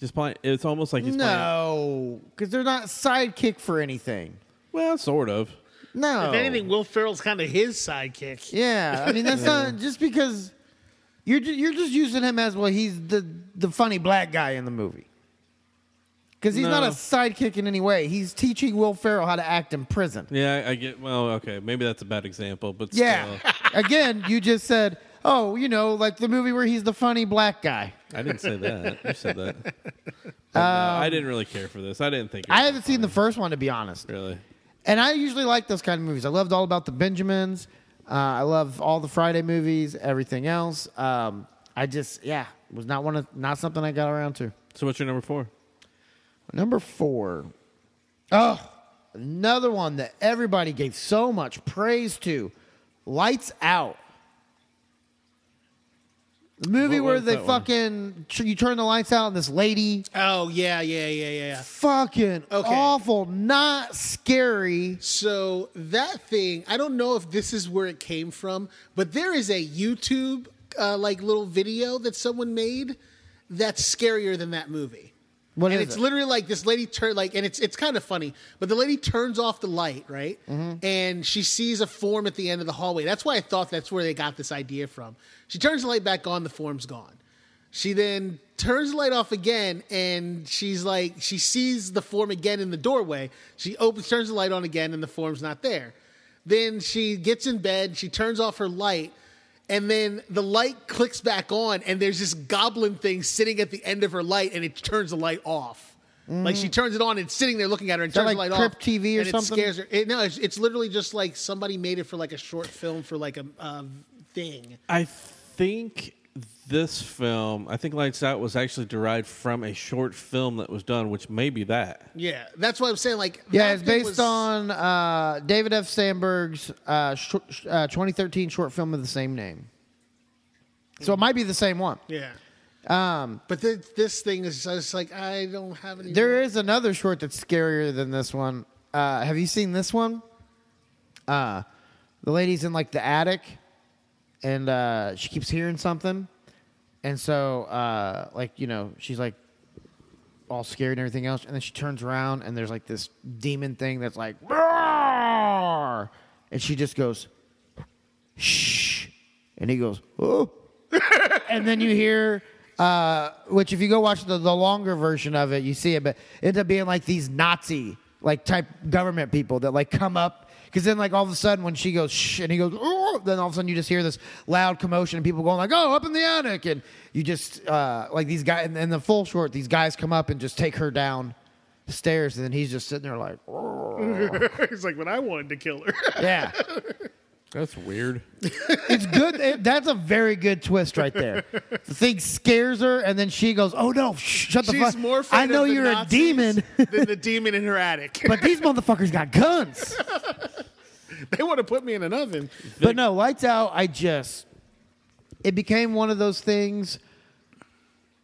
[SPEAKER 1] Just playing. It's almost like he's playing.
[SPEAKER 2] No, because they're not sidekick for anything.
[SPEAKER 1] Well, sort of.
[SPEAKER 2] No.
[SPEAKER 4] If anything, Will Ferrell's kind of his sidekick.
[SPEAKER 2] Oh. Yeah, I mean that's not just because you're ju- you're just using him as well. He's the the funny black guy in the movie because he's not a
[SPEAKER 1] No.
[SPEAKER 2] sidekick in any way. He's teaching Will Ferrell how to act in prison.
[SPEAKER 1] Yeah, I, I get. Well, okay, maybe that's a bad example, but
[SPEAKER 2] Yeah.
[SPEAKER 1] still,
[SPEAKER 2] Again, you just said, oh, you know, like the movie where he's the funny black guy.
[SPEAKER 1] I didn't say that. You said that. But, no, I didn't really care for this. I didn't think. It
[SPEAKER 2] Um, I
[SPEAKER 1] was
[SPEAKER 2] haven't seen the first one to be honest.
[SPEAKER 1] really.
[SPEAKER 2] And I usually like those kind of movies. I loved all about the Benjamins. Uh, I love all the Friday movies, everything else. Um, I just, yeah, was not one of not something I got around to.
[SPEAKER 1] So what's your number four?
[SPEAKER 2] Number four. Oh, another one that everybody gave so much praise to. Lights Out. The movie
[SPEAKER 1] What
[SPEAKER 2] where
[SPEAKER 1] was
[SPEAKER 2] they
[SPEAKER 1] that one?
[SPEAKER 2] fucking tr- you turn the lights out and this lady
[SPEAKER 4] Oh yeah, yeah, yeah, yeah.
[SPEAKER 2] fucking
[SPEAKER 4] Okay.
[SPEAKER 2] awful, not scary.
[SPEAKER 4] So that thing, I don't know if this is where it came from, but there is a YouTube uh, like little video that someone made that's scarier than that movie.
[SPEAKER 2] What
[SPEAKER 4] and
[SPEAKER 2] is
[SPEAKER 4] it's
[SPEAKER 2] it?
[SPEAKER 4] literally like this lady turn like, and it's it's kind of funny, but the lady turns off the light, right?
[SPEAKER 2] Mm-hmm.
[SPEAKER 4] And she sees a form at the end of the hallway. That's why I thought that's where they got this idea from. She turns the light back on, the form's gone. She then turns the light off again, and she's like, she sees the form again in the doorway. She opens, turns the light on again, and the form's not there. Then she gets in bed, she turns off her light, and then the light clicks back on, and there's this goblin thing sitting at the end of her light, and it turns the light off. Like she turns it on, and it's sitting there looking at her, and
[SPEAKER 2] Mm. that
[SPEAKER 4] turns
[SPEAKER 2] like
[SPEAKER 4] the light
[SPEAKER 2] Crypt
[SPEAKER 4] off.
[SPEAKER 2] TV or
[SPEAKER 4] and
[SPEAKER 2] something?
[SPEAKER 4] It scares her. It- no, it's, it's literally just like somebody made it for like a short film for like a um, thing.
[SPEAKER 1] I think this film, I think Lights Out was actually derived from a short film that was done, which may be that.
[SPEAKER 4] Yeah, that's what I'm saying. Like,
[SPEAKER 2] Yeah,
[SPEAKER 4] that
[SPEAKER 2] it's
[SPEAKER 4] thing
[SPEAKER 2] based
[SPEAKER 4] was-
[SPEAKER 2] on uh, David F. Sandberg's uh, sh- sh- uh, 2013 short film of the same name. So it might be the same one.
[SPEAKER 4] Yeah. Um, but th- this thing is just like I don't have any.
[SPEAKER 2] There is another short that's scarier than this one. Uh, have you seen this one? Uh, the lady's in like the attic, and uh, she keeps hearing something, and so uh, like you know she's like all scared and everything else, and then she turns around and there's like this demon thing that's like, "Roar!" and she just goes, shh, and he goes, oh, and then you hear uh, which if you go watch the, the longer version of it you see it but it ends up being like these nazi like type government people that like come up because then like all of a sudden when she goes shh and he goes oh then all of a sudden you just hear this loud commotion and people going like oh up in the attic and you just uh, like these guys in, in the full short these guys come up and just take her down the stairs and then he's just sitting there like
[SPEAKER 4] it's like when I wanted to kill her.
[SPEAKER 2] yeah
[SPEAKER 1] That's weird.
[SPEAKER 2] It's good. It- that's a very good twist right there. The thing scares her, and then she goes, "Oh no! Shh, shut the
[SPEAKER 4] She's
[SPEAKER 2] fuck."
[SPEAKER 4] more.
[SPEAKER 2] I
[SPEAKER 4] afraid
[SPEAKER 2] know
[SPEAKER 4] of the
[SPEAKER 2] you're
[SPEAKER 4] Nazis
[SPEAKER 2] a demon,
[SPEAKER 4] than the demon in her attic.
[SPEAKER 2] but these motherfuckers got guns.
[SPEAKER 4] they want to put me in an oven.
[SPEAKER 2] but no, lights out. I just it became one of those things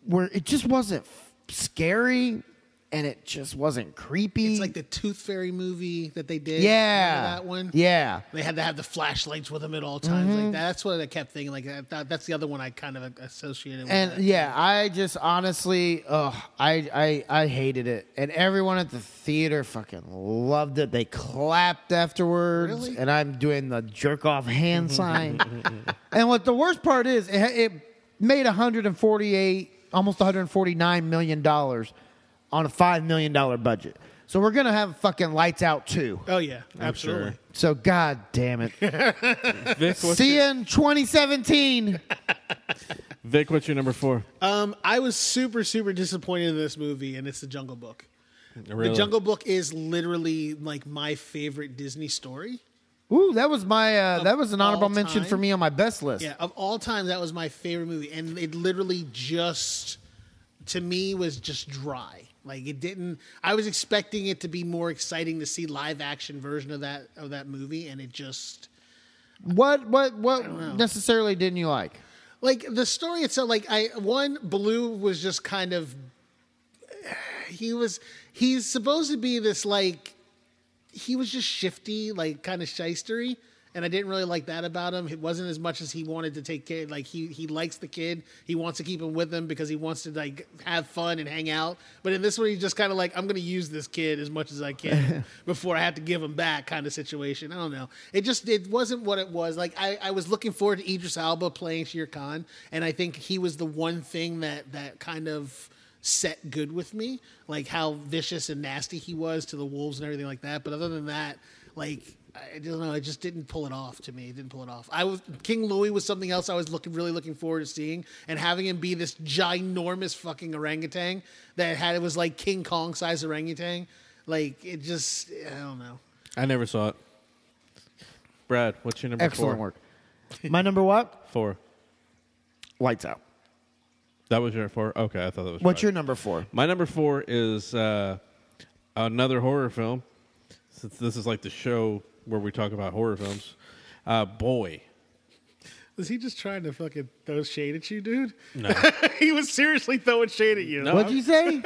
[SPEAKER 2] where it just wasn't f- scary, and it just wasn't creepy.
[SPEAKER 4] It's like the Tooth Fairy movie that they did.
[SPEAKER 2] Mm. yeah,
[SPEAKER 4] Remember that one.
[SPEAKER 2] Yeah, Mm-hmm.
[SPEAKER 4] They had to have the flashlights with them at all times. Like that's what I kept thinking. Like I thought that's the other one I kind of associated with.
[SPEAKER 2] And
[SPEAKER 4] that.
[SPEAKER 2] yeah, I just honestly, ugh, I, I I hated it, and everyone at the theater fucking loved it. They clapped afterwards,
[SPEAKER 4] Really?
[SPEAKER 2] and I'm doing the jerk off hand sign. and what the worst part is, it, it made 148, almost 149 million dollars on a five million dollar budget. So we're gonna have fucking lights out too.
[SPEAKER 4] oh yeah, absolutely.
[SPEAKER 2] So god damn it,
[SPEAKER 1] Vic, what's,
[SPEAKER 2] see you in 2017.
[SPEAKER 1] Vic, what's your number four?
[SPEAKER 2] Uh,
[SPEAKER 4] Um, I was super super disappointed in this movie, and it's the Jungle Book.
[SPEAKER 1] Really?
[SPEAKER 4] The Jungle Book is literally like my favorite Disney story.
[SPEAKER 2] Ooh, that was my uh, that was an
[SPEAKER 4] all
[SPEAKER 2] honorable mention for
[SPEAKER 4] time?
[SPEAKER 2] me on my best list.
[SPEAKER 4] Yeah, of all time, that was my favorite movie, and it literally just to me was just dry. Like it didn't. I was expecting it to be more exciting to see live action version of that of that movie, and it just
[SPEAKER 2] What what what necessarily didn't you like?
[SPEAKER 4] like the story itself. Like I one Baloo was just kind of he was he's supposed to be this like he was just shifty, like kind of shystery. and I didn't really like that about him. It wasn't as much as he wanted to take care. Like he he likes the kid. He wants to keep him with him because he wants to like have fun and hang out. But in this one, he's just kind of like I'm going to use this kid as much as I can before I have to give him back kind of situation. I don't know. It just it wasn't what it was. Like I I was looking forward to Idris Alba playing Shere Khan, and I think he was the one thing that that kind of set good with me, like how vicious and nasty he was to the wolves and everything like that. But other than that, like I don't know, it just didn't pull it off to me. It didn't pull it off. I was King Louis was something else I was looking really looking forward to seeing, and having him be this ginormous fucking orangutan that had it was like King Kong size orangutan. Like it just I don't know.
[SPEAKER 1] I never saw it. Brad, what's your number
[SPEAKER 2] Excellent
[SPEAKER 1] four?
[SPEAKER 2] work. My number what?
[SPEAKER 1] Four.
[SPEAKER 2] Lights out.
[SPEAKER 1] That was your four. Okay, I thought that was.
[SPEAKER 2] What's
[SPEAKER 1] five.
[SPEAKER 2] your number four?
[SPEAKER 1] My number four is uh, another horror film. Since this is like the show where we talk about horror films, uh, boy,
[SPEAKER 4] Was he just trying to fucking throw shade at you, dude? No. he was seriously throwing shade at you.
[SPEAKER 1] No.
[SPEAKER 2] What'd you say?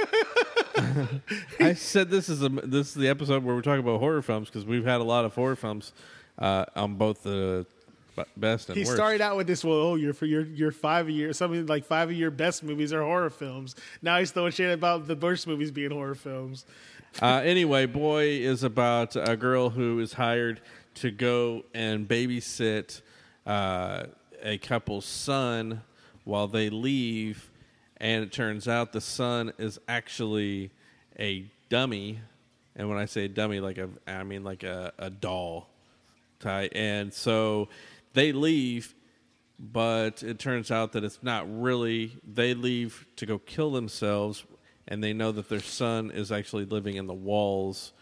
[SPEAKER 1] I said this is a, this is the episode where we're talking about horror films because we've had a lot of horror films uh, on both the b- best and
[SPEAKER 4] He
[SPEAKER 1] worst.
[SPEAKER 4] started out with this, well, oh, your for your your five of your something like five of your best movies are horror films. Now he's throwing shit about the worst movies being horror films.
[SPEAKER 1] Uh, anyway, boy is about a girl who is hired to go and babysit uh, a couple's son while they leave, and it turns out the son is actually a dummy. And when I say dummy, like a, I mean like a, a doll type. And so they leave, but it turns out that it's not really they leave to go kill themselves and they know that their son is actually living in the walls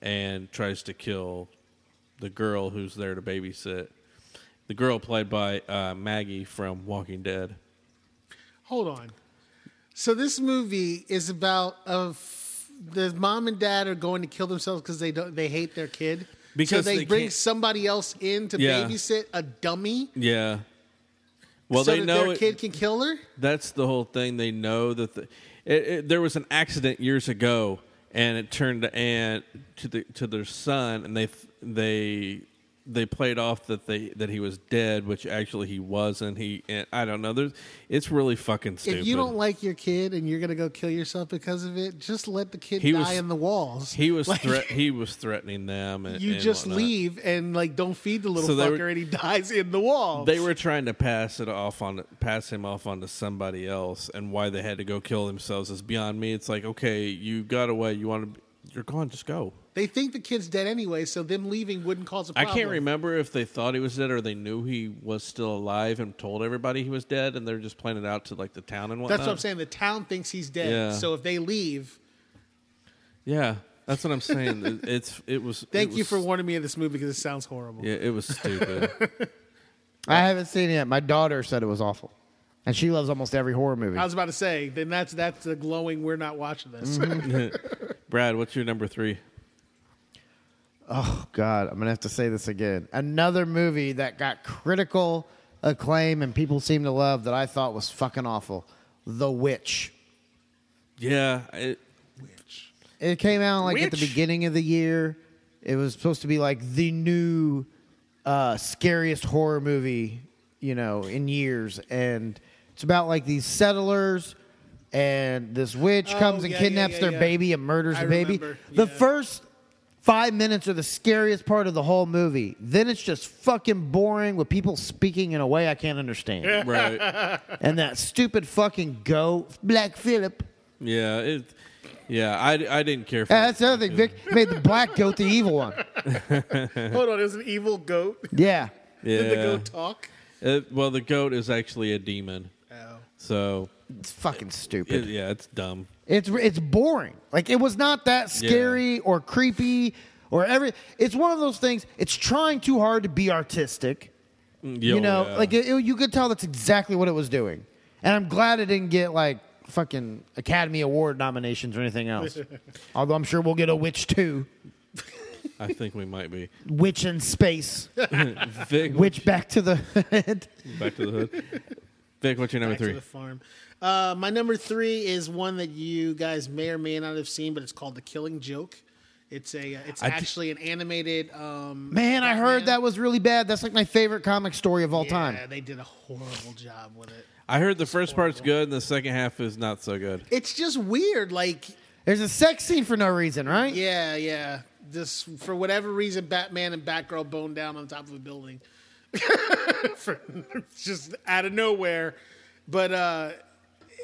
[SPEAKER 1] and tries to kill the girl who's there to babysit the girl played by uh, maggie from walking dead
[SPEAKER 4] Hold on. So this movie is about a f- the mom and dad are going to kill themselves because they don't they hate their kid.
[SPEAKER 1] Because
[SPEAKER 4] so they,
[SPEAKER 1] they
[SPEAKER 4] bring
[SPEAKER 1] can't-
[SPEAKER 4] somebody else in to
[SPEAKER 1] Yeah.
[SPEAKER 4] babysit a dummy
[SPEAKER 1] yeah well
[SPEAKER 4] so
[SPEAKER 1] they
[SPEAKER 4] that
[SPEAKER 1] know
[SPEAKER 4] their
[SPEAKER 1] it-
[SPEAKER 4] kid can kill her.
[SPEAKER 1] That's the whole thing. They know that the, it, it, there was an accident years ago, and it turned to and to the to their son, and they they they played off that they that he was dead, which actually he wasn't. He and I don't know. There's it's really fucking stupid.
[SPEAKER 4] If you don't like your kid and you're gonna go kill yourself because of it, just let the kid
[SPEAKER 1] He
[SPEAKER 4] die
[SPEAKER 1] was-
[SPEAKER 4] in the walls.
[SPEAKER 1] he was
[SPEAKER 4] Like-
[SPEAKER 1] threat he was threatening them. And,
[SPEAKER 4] you
[SPEAKER 1] and
[SPEAKER 4] just
[SPEAKER 1] whatnot.
[SPEAKER 4] leave and like don't feed the little
[SPEAKER 1] So they
[SPEAKER 4] fucker
[SPEAKER 1] were-
[SPEAKER 4] and he dies in the wall.
[SPEAKER 1] They were trying to pass it off on pass him off onto somebody else, and why they had to go kill themselves is beyond me. It's like okay, you got away. You want to? You're gone. Just go.
[SPEAKER 4] they think the kid's dead anyway, so them leaving wouldn't cause a
[SPEAKER 1] I
[SPEAKER 4] problem.
[SPEAKER 1] can't remember if they thought he was dead or they knew he was still alive and told everybody he was dead, and they're just playing it out to like the town and whatnot.
[SPEAKER 4] That's what I'm saying. The town thinks he's dead,
[SPEAKER 1] Yeah.
[SPEAKER 4] so if they leave,
[SPEAKER 1] Yeah, that's what I'm saying. It- it's it was.
[SPEAKER 4] thank
[SPEAKER 1] it
[SPEAKER 4] you
[SPEAKER 1] was-
[SPEAKER 4] for warning me of this movie because it sounds horrible.
[SPEAKER 1] Yeah, it was stupid.
[SPEAKER 2] I haven't seen it yet. My daughter said it was awful. And she loves almost every horror movie.
[SPEAKER 4] I was about to say, then that's that's the glowing. We're not watching this.
[SPEAKER 1] Mm-hmm. Brad, what's your number three?
[SPEAKER 2] Oh God, I'm gonna have to say this again. Another movie that got critical acclaim and people seem to love that I thought was fucking awful. The Witch.
[SPEAKER 1] Yeah, it,
[SPEAKER 2] It came out like at the
[SPEAKER 4] Witch?
[SPEAKER 2] beginning of the year. It was supposed to be like the new uh, scariest horror movie, you know, in years. And it's about like these settlers and this witch
[SPEAKER 4] Oh,
[SPEAKER 2] comes and
[SPEAKER 4] yeah, yeah,
[SPEAKER 2] kidnaps
[SPEAKER 4] yeah,
[SPEAKER 2] their
[SPEAKER 4] yeah.
[SPEAKER 2] baby and murders
[SPEAKER 4] I
[SPEAKER 2] the baby.
[SPEAKER 4] remember,
[SPEAKER 2] The
[SPEAKER 4] yeah.
[SPEAKER 2] first five minutes are the scariest part of the whole movie. Then it's just fucking boring with people speaking in a way I can't understand.
[SPEAKER 1] right.
[SPEAKER 2] and that stupid fucking goat, Black Phillip.
[SPEAKER 1] Yeah, it. Yeah, I, I didn't care for.
[SPEAKER 2] Yeah,
[SPEAKER 1] it.
[SPEAKER 2] that's the other thing. Vic made the black goat the evil one.
[SPEAKER 4] Hold on, there's an evil goat.
[SPEAKER 2] Yeah.
[SPEAKER 1] Yeah.
[SPEAKER 4] Did the goat talk?
[SPEAKER 1] It- well, the goat is actually a demon,
[SPEAKER 4] Oh.
[SPEAKER 1] so
[SPEAKER 2] It's fucking
[SPEAKER 1] it,
[SPEAKER 2] stupid.
[SPEAKER 1] yeah, it's dumb.
[SPEAKER 2] it's it's boring. Like it was not that scary or creepy or every it's one of those things. It's trying too hard to be artistic.
[SPEAKER 1] Mm,
[SPEAKER 2] You know, like it, it- you could tell that's exactly what it was doing. And I'm glad it didn't get like fucking Academy Award nominations or anything else. Although I'm sure we'll get a witch too.
[SPEAKER 1] I think we might be.
[SPEAKER 2] Witch in space.
[SPEAKER 1] Vic,
[SPEAKER 2] Witch back to the head.
[SPEAKER 1] back to the hood. Vic, what's your number
[SPEAKER 4] Back to
[SPEAKER 1] three?
[SPEAKER 4] the farm. Uh, my number three is one that you guys may or may not have seen, but it's called The Killing Joke. It's a uh, it's
[SPEAKER 1] I thi-
[SPEAKER 4] actually an animated. Um,
[SPEAKER 2] Man, I heard that was really bad. That's like my favorite comic story of all time.
[SPEAKER 4] Yeah, they did a horrible job with it.
[SPEAKER 1] I heard the first part's good and the second half is not so good.
[SPEAKER 4] It's just weird. Like,
[SPEAKER 2] There's a sex scene for no reason, right?
[SPEAKER 4] yeah, yeah. This for whatever reason, Batman and Batgirl bone down on top of a building. for, just out of nowhere, but uh,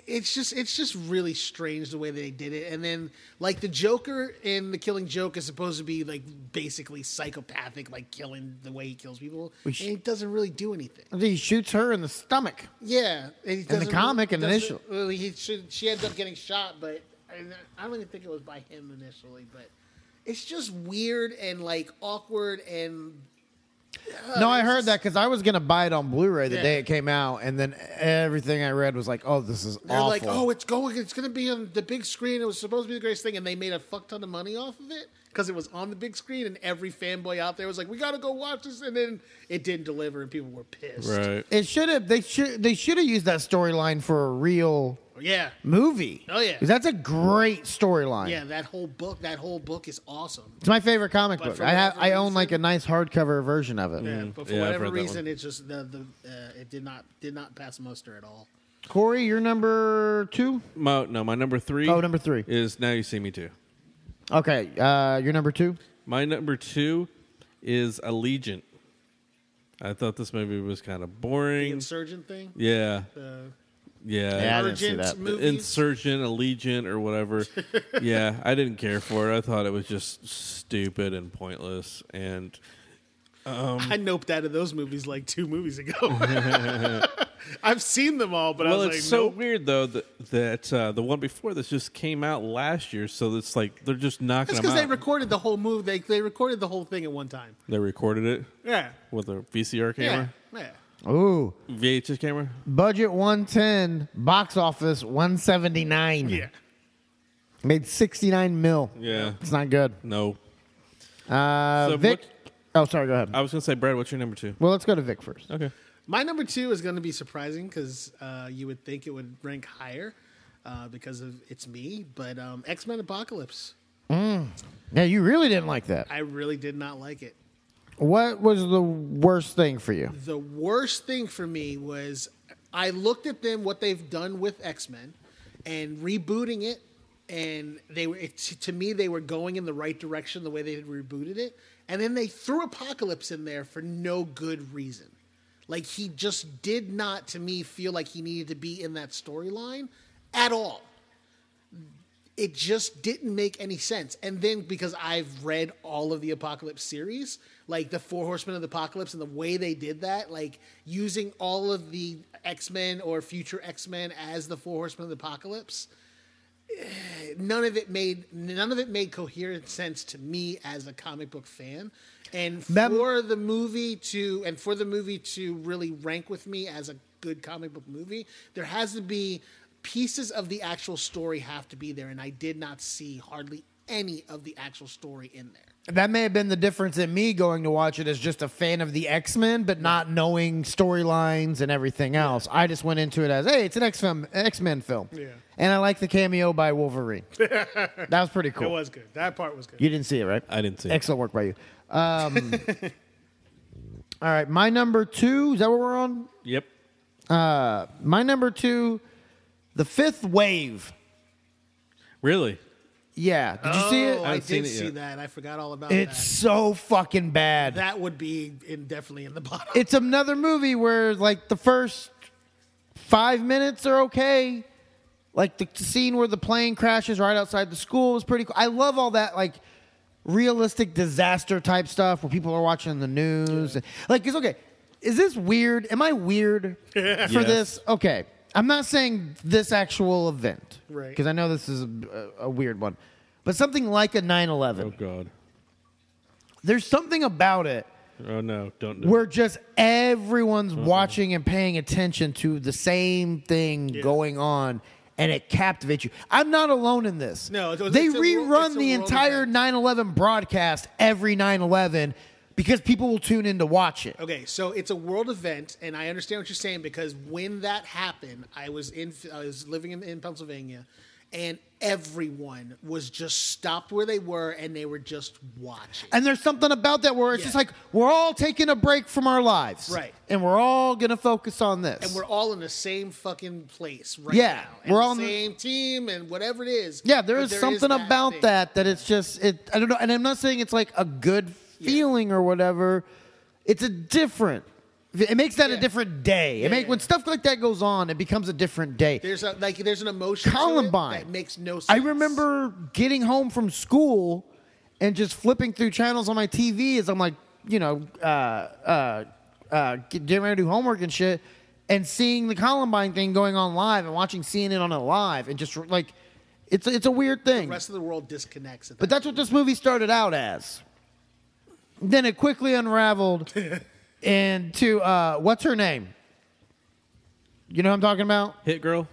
[SPEAKER 4] it's just it's just really strange the way they did it. And then like the Joker in the Killing Joke is supposed to be like basically psychopathic, like killing the way he kills people,
[SPEAKER 2] sh-
[SPEAKER 4] and he doesn't really do anything.
[SPEAKER 2] He shoots her in the stomach.
[SPEAKER 4] Yeah, and, he doesn't-
[SPEAKER 2] comic and
[SPEAKER 4] doesn't-
[SPEAKER 2] initial.
[SPEAKER 4] well, he should, she ends up getting shot, but and I don't even think it was by him initially. But it's just weird and like awkward and
[SPEAKER 2] no, I heard that because I was gonna buy it on Blu-ray the
[SPEAKER 4] Oh, Yeah.
[SPEAKER 2] day it came out, and then everything I read was like, "Oh, this is
[SPEAKER 4] they're
[SPEAKER 2] awful."
[SPEAKER 4] like, oh, it's going, it's going to be on the big screen. It was supposed to be the greatest thing, and they made a fuck ton of money off of it because it was on the big screen, and every fanboy out there was like, we got to go watch this, and then it didn't deliver, and people were pissed.
[SPEAKER 1] Right.
[SPEAKER 2] it should have. They should. They should have used that storyline for a real
[SPEAKER 4] Yeah.
[SPEAKER 2] movie.
[SPEAKER 4] Oh, yeah.
[SPEAKER 2] 'Cause that's a great storyline.
[SPEAKER 4] Yeah, that whole book, that whole book is awesome.
[SPEAKER 2] It's my favorite comic
[SPEAKER 4] But
[SPEAKER 2] book.
[SPEAKER 4] for
[SPEAKER 2] I have. I
[SPEAKER 4] whatever
[SPEAKER 2] own like a
[SPEAKER 4] reason-
[SPEAKER 2] nice hardcover version of it.
[SPEAKER 4] Yeah, but for
[SPEAKER 1] Mm. Yeah, I've
[SPEAKER 4] whatever
[SPEAKER 1] read that
[SPEAKER 4] reason,
[SPEAKER 1] one.
[SPEAKER 4] it's just the the uh, it did not did not pass muster at all.
[SPEAKER 2] Corey, you're number two.
[SPEAKER 1] My, no, my number three.
[SPEAKER 2] Oh, number three.
[SPEAKER 1] is Now You See Me Too.
[SPEAKER 2] Okay, uh, you're number two.
[SPEAKER 1] My number two is Allegiant. I thought this movie was kind of
[SPEAKER 4] The
[SPEAKER 1] boring.
[SPEAKER 4] insurgent thing.
[SPEAKER 1] Yeah,
[SPEAKER 4] The
[SPEAKER 2] Yeah, I
[SPEAKER 1] yeah.
[SPEAKER 2] didn't see that.
[SPEAKER 4] urgent movies.
[SPEAKER 1] Insurgent, Allegiant, or whatever. yeah, I didn't care for it. I thought it was just stupid and pointless. And
[SPEAKER 4] I noped out of those movies like two movies ago. I've seen them all, but I
[SPEAKER 1] well,
[SPEAKER 4] was
[SPEAKER 1] it's
[SPEAKER 4] like,
[SPEAKER 1] so
[SPEAKER 4] nope.
[SPEAKER 1] weird though that that uh, the one before this just came out last year, so it's like they're just knocking
[SPEAKER 4] That's
[SPEAKER 1] them
[SPEAKER 4] because
[SPEAKER 1] out.
[SPEAKER 4] they recorded the whole movie. They they recorded the whole thing at one time.
[SPEAKER 1] They recorded it
[SPEAKER 4] Yeah.
[SPEAKER 1] with a VCR
[SPEAKER 4] Yeah.
[SPEAKER 1] camera,
[SPEAKER 4] Yeah.
[SPEAKER 2] Ooh,
[SPEAKER 1] VHS camera.
[SPEAKER 2] budget one ten, box office one seventy nine.
[SPEAKER 4] Yeah.
[SPEAKER 2] made sixty nine mil.
[SPEAKER 1] Yeah,
[SPEAKER 2] It's not good.
[SPEAKER 1] no.
[SPEAKER 2] Uh,
[SPEAKER 1] So
[SPEAKER 2] Vic.
[SPEAKER 1] what-
[SPEAKER 2] Oh, sorry. Go ahead.
[SPEAKER 1] I was gonna say, Brad, what's your number two?
[SPEAKER 2] Well, let's go to Vic first.
[SPEAKER 1] Okay.
[SPEAKER 4] My number two is going to be surprising because uh, you would think it would rank higher uh, because of it's me, but um, X Men Apocalypse.
[SPEAKER 2] Yeah, you really didn't like that.
[SPEAKER 4] I really did not like it.
[SPEAKER 2] What was the worst thing for you?
[SPEAKER 4] the worst thing for me was I looked at them what they've done with X Men and rebooting it, and they were it, to me they were going in the right direction the way they had rebooted it, and then they threw Apocalypse in there for no good reason. Like he just did not to me feel like he needed to be in that storyline at all it just didn't make any sense. And then because I've read all of the Apocalypse series, like the Four Horsemen of the Apocalypse and the way they did that, like using all of the X Men or future X Men as the Four Horsemen of the Apocalypse, eh, none of it made none of it made coherent sense to me as a comic book fan. And
[SPEAKER 2] That-
[SPEAKER 4] for the movie to and for the movie to really rank with me as a good comic book movie, there has to be pieces of the actual story have to be there, and I did not see hardly any of the actual story in there.
[SPEAKER 2] That may have been the difference in me going to watch it as just a fan of the X Men, but not knowing storylines and everything else. I just went into it as, hey, it's an X Men X Men film. Yeah. And I like the cameo by Wolverine. that was pretty cool.
[SPEAKER 4] good. That part was good.
[SPEAKER 2] You didn't see it, right?
[SPEAKER 1] I didn't see it.
[SPEAKER 2] Excellent work by you. Um, all right, my number two. Is that what we're on?
[SPEAKER 1] Yep.
[SPEAKER 2] My number two, the fifth wave.
[SPEAKER 1] Really?
[SPEAKER 2] Yeah. Did you see it?
[SPEAKER 4] Oh, I,
[SPEAKER 1] haven't seen
[SPEAKER 4] did
[SPEAKER 1] it
[SPEAKER 4] see
[SPEAKER 1] yet.
[SPEAKER 4] that. I forgot all about
[SPEAKER 2] It's so fucking bad.
[SPEAKER 4] that. That would be in, definitely in the bottom.
[SPEAKER 2] it's another movie where like the first five minutes are okay. Like the scene where the plane crashes right outside the school was pretty cool. I love all that like realistic disaster type stuff where people are watching the news. Like it's okay. Is this weird? Am I weird for this? Okay. I'm not saying this actual event.
[SPEAKER 4] Right.
[SPEAKER 2] Because I know this is a, a weird one. But something like a 9
[SPEAKER 1] Oh
[SPEAKER 2] 11.
[SPEAKER 1] God.
[SPEAKER 2] There's something about it
[SPEAKER 1] Oh no! Don't. Do
[SPEAKER 2] where just everyone's
[SPEAKER 4] Mm-hmm.
[SPEAKER 2] watching and paying attention to the same thing going on and it captivates you. I'm not alone in this.
[SPEAKER 4] No, it was-
[SPEAKER 2] they
[SPEAKER 4] it's a
[SPEAKER 2] rerun
[SPEAKER 4] world- it's a
[SPEAKER 2] the
[SPEAKER 4] world
[SPEAKER 2] entire
[SPEAKER 4] event.
[SPEAKER 2] 9/11 broadcast every 9/11 because people will tune in to watch it.
[SPEAKER 4] Okay, so it's a world event, and I understand what you're saying because when that happened, I was in I was living in, in Pennsylvania, and everyone was just stopped where they were and they were just watching.
[SPEAKER 2] And there's something about that where it's
[SPEAKER 4] Yeah.
[SPEAKER 2] just like we're all taking a break from our lives,
[SPEAKER 4] Right.
[SPEAKER 2] And we're all gonna focus on this.
[SPEAKER 4] And we're all in the same fucking place right
[SPEAKER 2] Yeah,
[SPEAKER 4] now. And
[SPEAKER 2] we're
[SPEAKER 4] the
[SPEAKER 2] all in the-
[SPEAKER 4] same team and whatever it is.
[SPEAKER 2] yeah,
[SPEAKER 4] but
[SPEAKER 2] there is
[SPEAKER 4] there
[SPEAKER 2] something
[SPEAKER 4] that
[SPEAKER 2] about
[SPEAKER 4] thing.
[SPEAKER 2] that that it's just it. I don't know, and I'm not saying it's like a good feeling or whatever. It's a different. It makes that a
[SPEAKER 4] Yeah.
[SPEAKER 2] different day. it make
[SPEAKER 4] yeah,
[SPEAKER 2] when
[SPEAKER 4] yeah.
[SPEAKER 2] stuff like that goes on, it becomes a different day.
[SPEAKER 4] There's a like there's an emotion. to it
[SPEAKER 2] Columbine.
[SPEAKER 4] that makes no sense.
[SPEAKER 2] I remember getting home from school and just flipping through channels on my TV as I'm like, you know, uh, uh, uh, get- getting ready to do homework and shit, and seeing the Columbine thing going on live and watching CNN on it live and just like, it's it's a weird
[SPEAKER 4] the
[SPEAKER 2] thing.
[SPEAKER 4] rest of the world disconnects. At
[SPEAKER 2] But that's what this movie started out as. Then it quickly unraveled into uh, what's her name? You know what I'm talking about?
[SPEAKER 1] Hit Girl,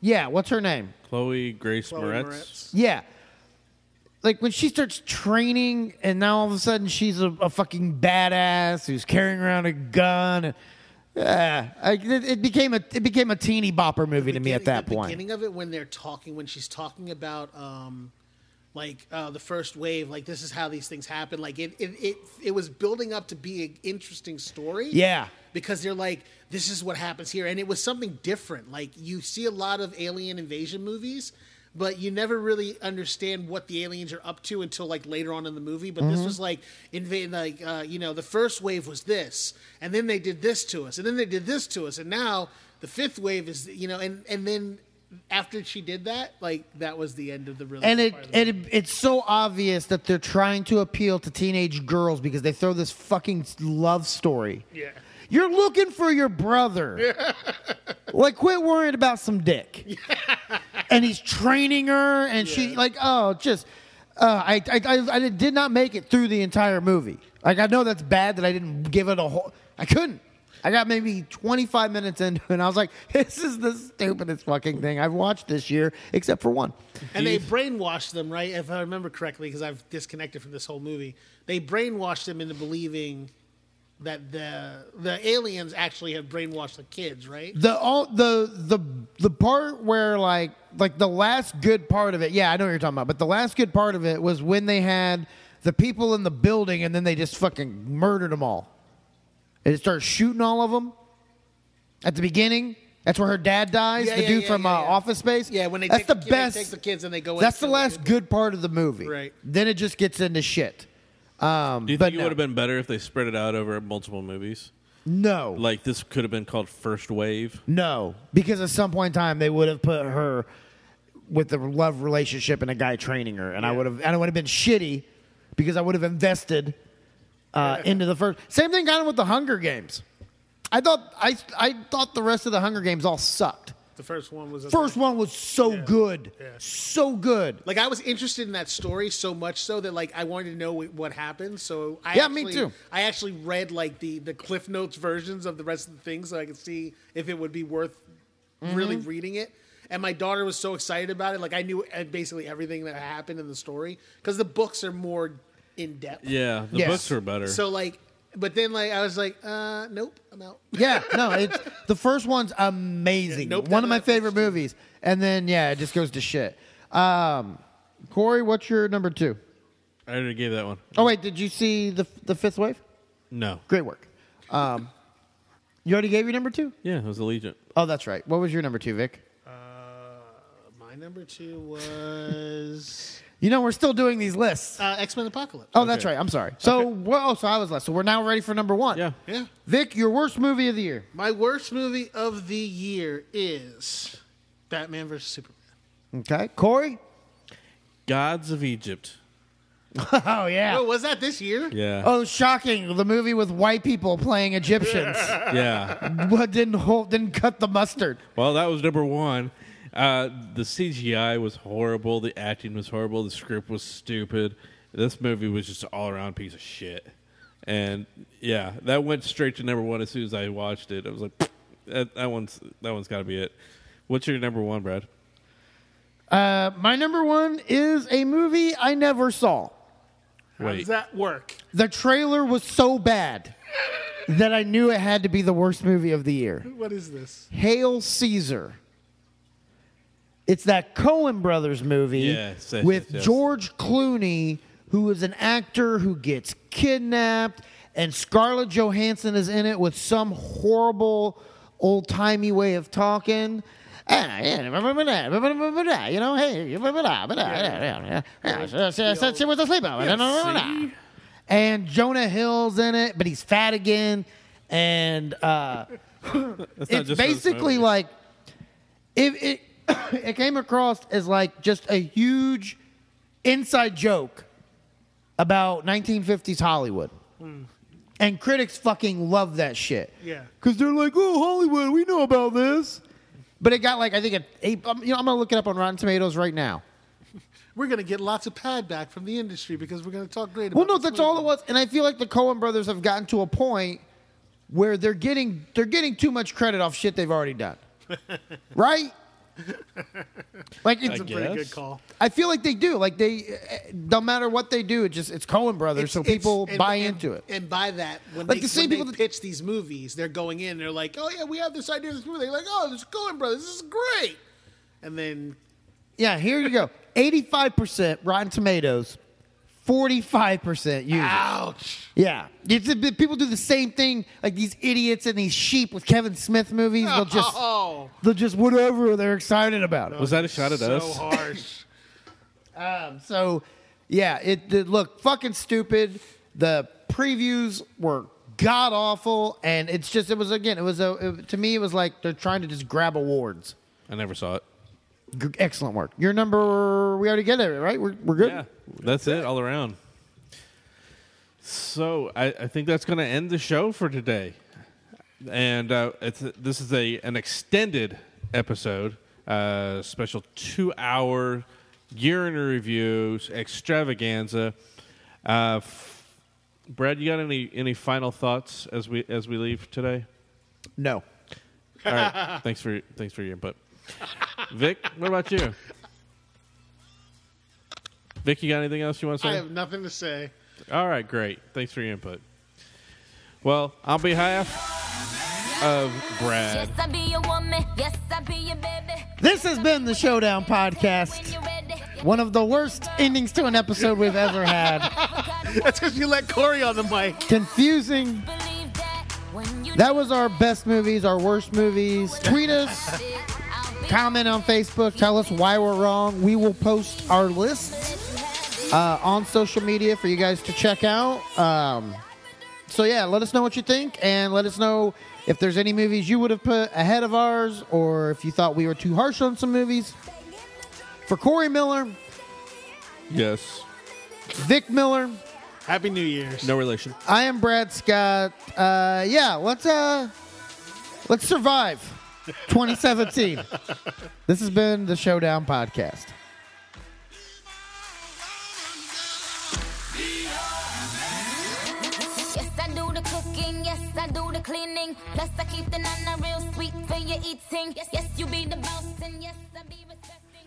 [SPEAKER 2] Yeah, what's her name?
[SPEAKER 1] Chloe Grace
[SPEAKER 4] Chloe
[SPEAKER 1] Moretz.
[SPEAKER 4] Moretz.
[SPEAKER 2] Yeah. Like when she starts training, and now all of a sudden she's a, a fucking badass who's carrying around a gun. and- Yeah, I, it, it became a it became a teeny bopper movie to me at that
[SPEAKER 4] the
[SPEAKER 2] point.
[SPEAKER 4] Beginning of it when they're talking, when she's talking about um, like uh, the first wave, like this is how these things happen. Like it, it, it, it was building up to be an interesting story.
[SPEAKER 2] Yeah.
[SPEAKER 4] because they're like, this is what happens here, and it was something different. Like you see a lot of alien invasion movies. But you never really understand what the aliens are up to until like later on in the movie. But
[SPEAKER 2] Mm-hmm.
[SPEAKER 4] this was like invade, like uh, you know, the first wave was this, and then they did this to us, and then they did this to us, and now the fifth wave is you know, and and then after she did that, like that was the end of the really.
[SPEAKER 2] and
[SPEAKER 4] good
[SPEAKER 2] it,
[SPEAKER 4] part of the
[SPEAKER 2] and it it's so obvious that they're trying to appeal to teenage girls because they throw this fucking love story. Yeah. You're looking for your brother. like quit worrying about some dick. and he's training her and she like oh just uh, I, I I I did not make it through the entire movie. Like I know that's bad that I didn't give it a whole I couldn't. I got maybe 25 minutes into it and I was like this is the stupidest fucking thing I've watched this year except for one.
[SPEAKER 4] and they brainwashed them, right? If I remember correctly, because I've disconnected from this whole movie, they brainwashed them into believing that the the aliens actually have brainwashed the kids, right?
[SPEAKER 2] the all the the the part where like like the last good part of it yeah i know what you're talking about but the last good part of it was when they had the people in the building and then they just fucking murdered them all and it started shooting all of them at the beginning that's where her dad dies
[SPEAKER 4] Yeah,
[SPEAKER 2] the
[SPEAKER 4] yeah,
[SPEAKER 2] dude
[SPEAKER 4] yeah,
[SPEAKER 2] from
[SPEAKER 4] yeah,
[SPEAKER 2] uh,
[SPEAKER 4] yeah.
[SPEAKER 2] office space
[SPEAKER 4] Yeah, when they
[SPEAKER 2] that's
[SPEAKER 4] take the
[SPEAKER 2] the
[SPEAKER 4] kid- they
[SPEAKER 2] best
[SPEAKER 4] take the kids and they go in
[SPEAKER 2] that's the
[SPEAKER 4] and kill the
[SPEAKER 2] last
[SPEAKER 4] people.
[SPEAKER 2] good part of the movie
[SPEAKER 4] Right.
[SPEAKER 2] then it just gets into shit um
[SPEAKER 1] Do you
[SPEAKER 2] but
[SPEAKER 1] think it
[SPEAKER 2] no.
[SPEAKER 1] would have been better if they spread it out over multiple movies?
[SPEAKER 2] no
[SPEAKER 1] Like this could have been called First Wave.
[SPEAKER 2] No, because at some point in time they would have put her with the love relationship and a guy training her, and I would have and it would have been shitty because I would have invested uh, into the first. Same thing kind of with the Hunger Games. I thought I I thought the rest of the Hunger Games all sucked.
[SPEAKER 4] The first one was
[SPEAKER 2] First one was so good, so good.
[SPEAKER 4] Like I was interested in that story so much so that like I wanted to know wh- what happened. So I
[SPEAKER 2] Yeah, me
[SPEAKER 4] actually,
[SPEAKER 2] too.
[SPEAKER 4] I actually read like the the Cliff Notes versions of the rest of the things so I could see if it would be worth really
[SPEAKER 2] Mm-hmm.
[SPEAKER 4] reading it. And my daughter was so excited about it. Like I knew uh, basically everything that happened in the story because the books are more in depth.
[SPEAKER 1] Yeah, the
[SPEAKER 2] Yes.
[SPEAKER 1] books were better.
[SPEAKER 4] So like, but then like I was like, uh, nope, I'm out.
[SPEAKER 2] Yeah, no, it's the first one's amazing.
[SPEAKER 4] Yeah, nope,
[SPEAKER 2] one of
[SPEAKER 4] that-
[SPEAKER 2] my
[SPEAKER 4] that-
[SPEAKER 2] favorite movies, and then yeah, it just goes to shit. Um, Corey, what's your number two?
[SPEAKER 1] I already gave that one.
[SPEAKER 2] Oh wait, did you see the the fifth wave?
[SPEAKER 1] No.
[SPEAKER 2] Great work. Um, you already gave your number two?
[SPEAKER 1] Yeah, it was Allegiant.
[SPEAKER 2] Oh, that's right. What was your number two, Vic?
[SPEAKER 4] My number two was
[SPEAKER 2] You know, we're still doing these lists.
[SPEAKER 4] uh, X Men Apocalypse.
[SPEAKER 2] Oh, that's right. I'm sorry. So, well, oh, so I was last. So we're now ready for number one.
[SPEAKER 1] Yeah.
[SPEAKER 4] yeah.
[SPEAKER 2] Vic, your worst movie of the year.
[SPEAKER 4] My worst movie of the year is Batman vs Superman.
[SPEAKER 2] Okay. Corey?
[SPEAKER 1] Gods of Egypt.
[SPEAKER 2] Oh, yeah.
[SPEAKER 4] Oh, was that this year?
[SPEAKER 1] Yeah.
[SPEAKER 2] Oh, shocking. The movie with white people playing Egyptians.
[SPEAKER 1] Yeah.
[SPEAKER 2] what didn't hold, didn't cut the mustard.
[SPEAKER 1] Well, that was number one. Uh, the CGI was horrible. The acting was horrible. The script was stupid. This movie was just an all around piece of shit. And yeah, that went straight to number one as soon as I watched it. I was like, that, that one's that one's got to be it. What's your number one, Brad?
[SPEAKER 2] Uh, my number one is a movie I never saw.
[SPEAKER 4] How
[SPEAKER 1] Wait,
[SPEAKER 4] does that work?
[SPEAKER 2] The trailer was so bad that I knew it had to be the worst movie of the year.
[SPEAKER 4] What is this?
[SPEAKER 2] Hail Caesar. It's that Cohen Brothers movie
[SPEAKER 1] Yes, yes,
[SPEAKER 2] with
[SPEAKER 1] yes, yes.
[SPEAKER 2] George Clooney, who is an actor who gets kidnapped, and Scarlett Johansson is in it with some horrible old timey way of talking. Ah, yeah, remember that, remember that, You know, hey, you remember that, but, uh, yeah, yeah, yeah, yeah, so- so- so she was a sleepover, da- da- da- da- da. And Jonah Hill's in it, but he's fat again. And uh,
[SPEAKER 1] That's not
[SPEAKER 2] it's
[SPEAKER 1] just for this
[SPEAKER 2] basically
[SPEAKER 1] movie.
[SPEAKER 2] like it, it it came across as like just a huge inside joke about 1950s Hollywood.
[SPEAKER 1] Hmm.
[SPEAKER 2] And critics fucking love that shit.
[SPEAKER 4] Yeah.
[SPEAKER 2] Cuz they're like, "Oh, Hollywood, we know about this." But it got like I think it eight, um, you know I'm going to look it up on Rotten Tomatoes right now.
[SPEAKER 4] We're going to get lots of pad back from the industry because we're going to talk great
[SPEAKER 2] Well,
[SPEAKER 4] about
[SPEAKER 2] no,
[SPEAKER 4] this
[SPEAKER 2] that's
[SPEAKER 4] movie.
[SPEAKER 2] all it was. And I feel like the Cohen brothers have gotten to a point where they're getting they're getting too much credit off shit they've already done. right? Like it's,
[SPEAKER 1] get-
[SPEAKER 4] Pretty
[SPEAKER 1] Yes.
[SPEAKER 4] good call.
[SPEAKER 2] I feel like they do. Like they, eh, no matter what they do, it just it's Cohen brothers,
[SPEAKER 4] It's-
[SPEAKER 2] so
[SPEAKER 4] it's-
[SPEAKER 2] people
[SPEAKER 4] and-
[SPEAKER 2] buy
[SPEAKER 4] and-
[SPEAKER 2] into it.
[SPEAKER 4] And by that, when
[SPEAKER 2] Like
[SPEAKER 4] they,
[SPEAKER 2] the same
[SPEAKER 4] when
[SPEAKER 2] people
[SPEAKER 4] they
[SPEAKER 2] that-
[SPEAKER 4] pitch these movies, they're going in. They're like, "Oh yeah, we have this idea. This movie." They're like, "Oh, this is Coen Brothers. This is great." And then
[SPEAKER 2] Yeah, here you go. Eighty-five percent Rotten Tomatoes, forty-five percent users.
[SPEAKER 4] Ah. ouch.
[SPEAKER 2] Yeah, it's, it, people do the same thing. Like these idiots and these sheep with Kevin Smith movies. They'll just
[SPEAKER 4] oh,
[SPEAKER 2] they'll just whatever they're excited about.
[SPEAKER 1] Was that a shot at
[SPEAKER 4] so
[SPEAKER 1] us?
[SPEAKER 4] harsh.
[SPEAKER 2] So, yeah, it, it looked fucking stupid. The previews were god awful, and it's just it was again it was a it- to me it was like they're trying to just grab awards.
[SPEAKER 1] I never saw it.
[SPEAKER 2] G- excellent work. Your number we already get it right. We're we're good.
[SPEAKER 1] Yeah, that's it all around. So I, I think that's going to end the show for today, and uh, it's this is a an extended episode, uh, special two hour year in review extravaganza. Uh, f- Brad, you got any any final thoughts as we as we leave today?
[SPEAKER 2] No.
[SPEAKER 1] All right, thanks for thanks for your input, Vic. What about you? Vic, you got anything else you want to say?
[SPEAKER 4] I have nothing to say.
[SPEAKER 1] All right, great. Thanks for your input. Well, on behalf of Brad,
[SPEAKER 3] Yes, I be your woman. Yes, I be your baby.
[SPEAKER 2] This has been the Showdown
[SPEAKER 3] When
[SPEAKER 2] podcast.
[SPEAKER 3] you're ready.
[SPEAKER 2] One of the worst endings to an episode we've ever had.
[SPEAKER 4] That's because you let Corey on the mic.
[SPEAKER 2] Confusing.
[SPEAKER 3] Believe that. When you
[SPEAKER 2] That was our best movies, our worst movies. Tweet us.
[SPEAKER 3] need it, I'll be
[SPEAKER 2] comment on Facebook. Tell us why we're wrong. We will post our list uh, on social media for you guys to check out. Um, so yeah, let us know what you think, and let us know if there's any movies you would have put ahead of ours, or if you thought we were too harsh on some movies. For Corey Miller,
[SPEAKER 1] yes,
[SPEAKER 2] Vic Miller,
[SPEAKER 4] Happy New Year's.
[SPEAKER 1] no relation.
[SPEAKER 2] I am Brad Scott. Uh, yeah, let's uh, let's survive 2017. this has been the Showdown Podcast.
[SPEAKER 3] Yes, I do the cooking. Yes, I do the cleaning. Plus, I keep the nana real sweet for your eating. Yes, yes, you be the boss, and yes, I be respecting.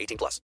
[SPEAKER 5] 18 plus.